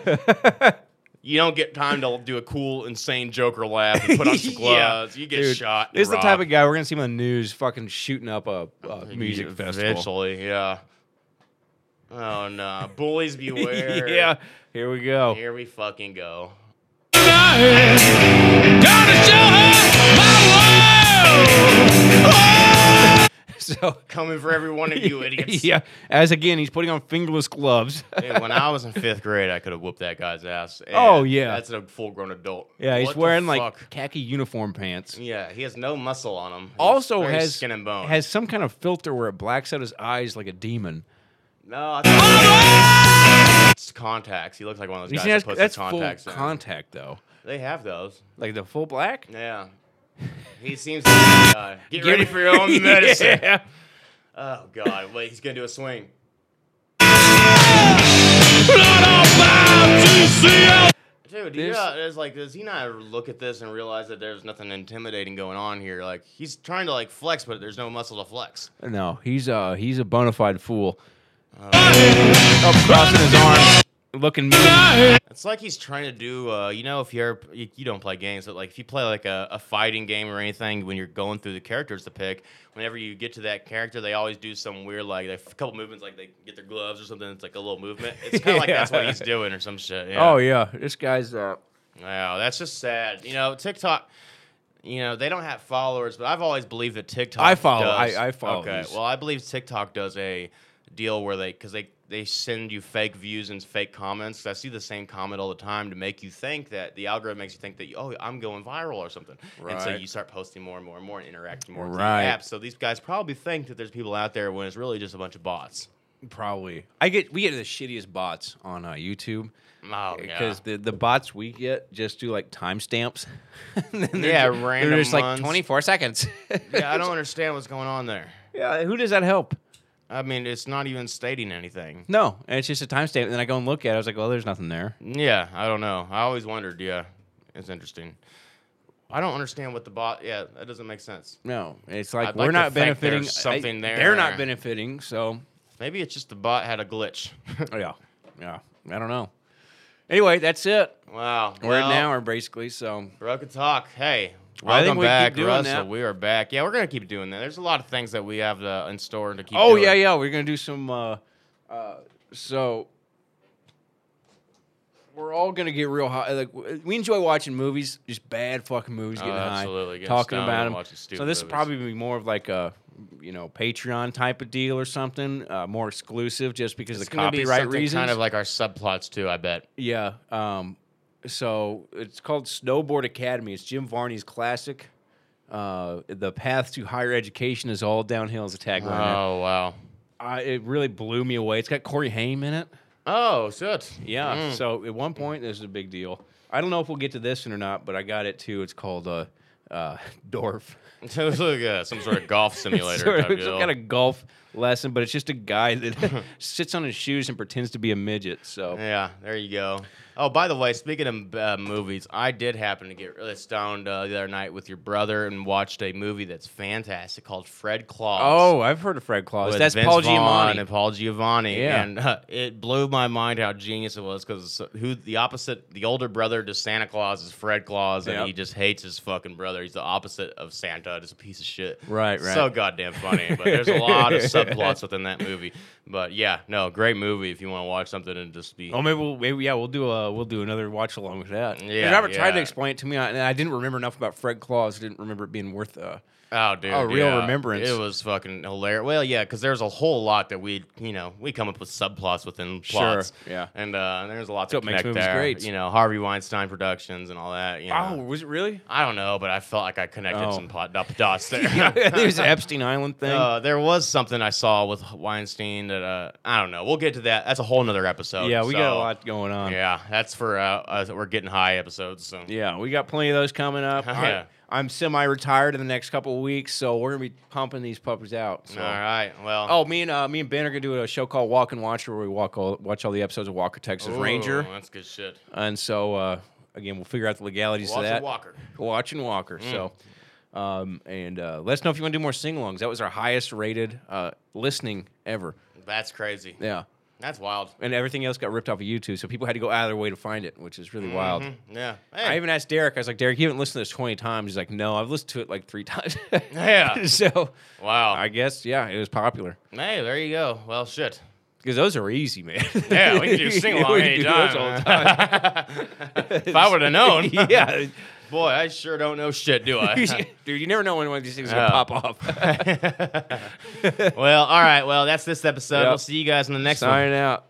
Speaker 2: you don't get time to do a cool, insane Joker laugh and put on some
Speaker 1: Yeah.
Speaker 2: gloves. You get
Speaker 1: Dude,
Speaker 2: shot. and
Speaker 1: This is the type
Speaker 2: robbed.
Speaker 1: of guy we're gonna see him on the news, fucking shooting up a, a music festival.
Speaker 2: Eventually, yeah. Oh no, bullies beware.
Speaker 1: yeah, here we go.
Speaker 2: Here we fucking go.
Speaker 1: So
Speaker 2: Coming for every one of you idiots.
Speaker 1: yeah, as again, he's putting on fingerless gloves.
Speaker 2: Dude, when I was in fifth grade, I could have whooped that guy's ass. And
Speaker 1: Oh, yeah.
Speaker 2: that's a full-grown adult.
Speaker 1: yeah, he's
Speaker 2: What the
Speaker 1: wearing like
Speaker 2: fuck?
Speaker 1: khaki uniform pants.
Speaker 2: Yeah, he has no muscle on him. He's
Speaker 1: Also
Speaker 2: very
Speaker 1: has
Speaker 2: skin and bone.
Speaker 1: has some kind of filter where it blacks out his eyes like a demon.
Speaker 2: no. I think- it's contacts. He looks like one of those
Speaker 1: You
Speaker 2: guys
Speaker 1: see, that's
Speaker 2: that puts
Speaker 1: that's
Speaker 2: his contacts
Speaker 1: full
Speaker 2: in.
Speaker 1: contact though,
Speaker 2: They have those.
Speaker 1: like the full black.
Speaker 2: Yeah. He seems to be, uh, get ready for your own medicine.
Speaker 1: yeah.
Speaker 2: Oh God! Wait, he's gonna do a swing. Dude, do you
Speaker 1: There's-
Speaker 2: not, it's like, does he not look at this and realize that there's nothing intimidating going on here? Like, he's trying to like flex, but there's no muscle to flex.
Speaker 1: No, he's uh he's a bona fide fool.
Speaker 2: Oh.
Speaker 1: Up crossing his arms, looking mean.
Speaker 2: It's like he's trying to do, uh, you know, if you're you, you don't play games, but like if you play like a, a fighting game or anything, when you're going through the characters to pick, whenever you get to that character, they always do some weird like a couple movements, like they get their gloves or something. It's like a little movement. It's kind of like that's what he's doing or some shit. Yeah.
Speaker 1: Oh yeah, this guy's uh
Speaker 2: Wow, that's just sad. You know, TikTok. You know, they don't have followers, but I've always believed that TikTok.
Speaker 1: I follow-
Speaker 2: does-
Speaker 1: I- I follow
Speaker 2: Okay,
Speaker 1: these.
Speaker 2: well, I believe TikTok does a deal where they because they they send you fake views and fake comments. I see the same comment all the time to make you think that the algorithm makes you think that oh I'm going viral or something, and so
Speaker 1: Right.
Speaker 2: you start posting more and more and more and interacting more with
Speaker 1: Right.
Speaker 2: the app. So these guys probably think that there's people out there when it's really just a bunch of bots.
Speaker 1: probably I get we get the shittiest bots on uh, YouTube.
Speaker 2: Oh, yeah.
Speaker 1: Because the, the bots we get just do like timestamps. And then they're
Speaker 2: Yeah,
Speaker 1: ju-
Speaker 2: random
Speaker 1: They're just like
Speaker 2: ones.
Speaker 1: 24 seconds.
Speaker 2: yeah, I don't understand what's going on there.
Speaker 1: yeah, who does that help?
Speaker 2: I mean, it's not even stating anything.
Speaker 1: No, and it's just a timestamp. And then I go and look at it. I was like, well, there's nothing there.
Speaker 2: Yeah, I don't know. I always wondered. Yeah, it's interesting. I don't understand what the bot. Yeah, that doesn't make sense.
Speaker 1: No, it's like
Speaker 2: I'd
Speaker 1: we're
Speaker 2: like to
Speaker 1: not
Speaker 2: think
Speaker 1: benefiting.
Speaker 2: there's something there.
Speaker 1: They're not benefiting. So
Speaker 2: Maybe it's just the bot had a glitch.
Speaker 1: yeah, yeah. I don't know. Anyway, that's it.
Speaker 2: wow,
Speaker 1: We're
Speaker 2: well,
Speaker 1: an hour basically. So
Speaker 2: Broken talk. Hey,
Speaker 1: I think
Speaker 2: welcome
Speaker 1: we keep
Speaker 2: back,
Speaker 1: doing
Speaker 2: Russell.
Speaker 1: that.
Speaker 2: We are back. Yeah, we're gonna keep doing that. There's a lot of things that we have to, in store to keep.
Speaker 1: oh
Speaker 2: doing.
Speaker 1: yeah, yeah. We're gonna do some. Uh, uh, so we're all gonna get real high. Like w- we enjoy watching movies, just bad fucking movies,
Speaker 2: Oh,
Speaker 1: getting high,
Speaker 2: absolutely, getting
Speaker 1: talking
Speaker 2: stoned and
Speaker 1: about them.
Speaker 2: watching
Speaker 1: So this will
Speaker 2: stupid movies.
Speaker 1: probably be more of like a you know Patreon type of deal or something, uh, more exclusive, just because
Speaker 2: It's
Speaker 1: the
Speaker 2: gonna be
Speaker 1: copyright
Speaker 2: something
Speaker 1: reasons.
Speaker 2: Kind of like our subplots too. I bet.
Speaker 1: yeah. Um, so it's called Snowboard Academy. It's Jim Varney's classic. Uh, the path to higher education is all downhill is a tagline. there.
Speaker 2: Oh wow.
Speaker 1: I, it really blew me away. It's got Corey Haim in it.
Speaker 2: Oh shit.
Speaker 1: Yeah. So at one point, this is a big deal. I don't know if we'll get to this one or not, but I got it too. It's called uh, uh, Dorf.
Speaker 2: it was like uh, some sort of golf simulator.
Speaker 1: Sort
Speaker 2: type
Speaker 1: of, it's
Speaker 2: deal.
Speaker 1: got a golf lesson, but it's just a guy that sits on his shoes and pretends to be a midget. So
Speaker 2: Yeah, there you go. Oh, by the way, speaking of uh, movies, I did happen to get really stoned uh, the other night with your brother and watched a movie that's fantastic called Fred Claus.
Speaker 1: oh, I've heard of Fred Claus.
Speaker 2: with
Speaker 1: That's
Speaker 2: Vince
Speaker 1: Paul
Speaker 2: Vaughn
Speaker 1: Giamatti.
Speaker 2: and Paul Giamatti.
Speaker 1: Yeah.
Speaker 2: and uh, it blew my mind how genius it was uh, because who the opposite, the older brother to Santa Claus is Fred Claus, and
Speaker 1: Yep.
Speaker 2: he just hates his fucking brother. He's the opposite of Santa, just a piece of shit.
Speaker 1: Right,
Speaker 2: So
Speaker 1: right.
Speaker 2: goddamn funny. But there's a lot of subplots within that movie. But yeah, no, great movie if you want to watch something and just be.
Speaker 1: Oh, maybe we'll maybe yeah we'll do a we'll do another watch along with that. And
Speaker 2: Yeah,
Speaker 1: Robert tried to
Speaker 2: yeah.
Speaker 1: explain it to me, and I didn't remember enough about Fred Claus. I didn't remember it being worth. Uh,
Speaker 2: Oh, dude.
Speaker 1: A real
Speaker 2: yeah.
Speaker 1: remembrance.
Speaker 2: It was fucking hilarious. Well, yeah, because there's a whole lot that we, you know, we come up with subplots within
Speaker 1: Sure,
Speaker 2: plots.
Speaker 1: yeah.
Speaker 2: And, uh, and there's a lot
Speaker 1: So
Speaker 2: to
Speaker 1: it makes
Speaker 2: connect
Speaker 1: movies
Speaker 2: there.
Speaker 1: great.
Speaker 2: You know, Harvey Weinstein Productions and all that. You
Speaker 1: oh,
Speaker 2: know.
Speaker 1: was it really?
Speaker 2: I don't know, but I felt like I connected
Speaker 1: Oh.
Speaker 2: some pot, dot- dots there.
Speaker 1: There's an Epstein Island thing.
Speaker 2: Uh, there was something I saw with Weinstein that uh, I don't know. We'll get to that. That's a whole nother episode.
Speaker 1: yeah, we got a
Speaker 2: so-
Speaker 1: lot going on.
Speaker 2: Yeah, that's for uh, us. We're getting high episodes. So
Speaker 1: Yeah, we got plenty of those coming up.
Speaker 2: Yeah.
Speaker 1: I, I'm semi-retired in the next couple of weeks, so we're gonna be pumping these puppies out. So.
Speaker 2: all right. Well.
Speaker 1: Oh, me and uh, me and Ben are gonna do a show called Walk and Watch, where we walk all, watch all the episodes of Walker Texas
Speaker 2: Ooh,
Speaker 1: Ranger,
Speaker 2: That's good shit.
Speaker 1: and so uh, again we'll figure out the legalities
Speaker 2: Watch
Speaker 1: of
Speaker 2: and
Speaker 1: that.
Speaker 2: Walker. Mm.
Speaker 1: Watch and Walker. So, um, and uh, let us know if you want to do more sing-alongs. That was our highest-rated uh, listening ever.
Speaker 2: That's crazy.
Speaker 1: Yeah,
Speaker 2: That's wild.
Speaker 1: and everything else got ripped off of YouTube, so people had to go out of their way to find it, which is really
Speaker 2: Mm-hmm.
Speaker 1: wild.
Speaker 2: Yeah.
Speaker 1: I
Speaker 2: Hey.
Speaker 1: even asked Derek. I was like, Derek, you haven't listened to this twenty times. He's like, No, I've listened to it like three times.
Speaker 2: Yeah.
Speaker 1: so
Speaker 2: Wow.
Speaker 1: I guess yeah, it was popular
Speaker 2: hey, there you go. Well, shit.
Speaker 1: because those are easy, man.
Speaker 2: Yeah, we can do sing along
Speaker 1: We can do those
Speaker 2: anytime.
Speaker 1: all the
Speaker 2: if I would have known.
Speaker 1: yeah,
Speaker 2: Boy, I sure don't know shit, do I?
Speaker 1: dude, you never know when one of these things is gonna
Speaker 2: Yeah.
Speaker 1: pop off.
Speaker 2: well, all right. Well, that's this episode.
Speaker 1: Yep.
Speaker 2: We'll see you guys in the next one.
Speaker 1: Sign out.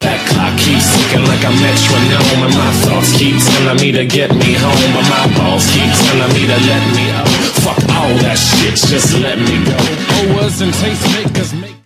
Speaker 7: That clock keeps ticking like a metronome, and my thoughts keep telling me to get me home, but my balls keep telling me to Oh, let me out. Fuck all that shit, just let me go. Owers and tastemakers make.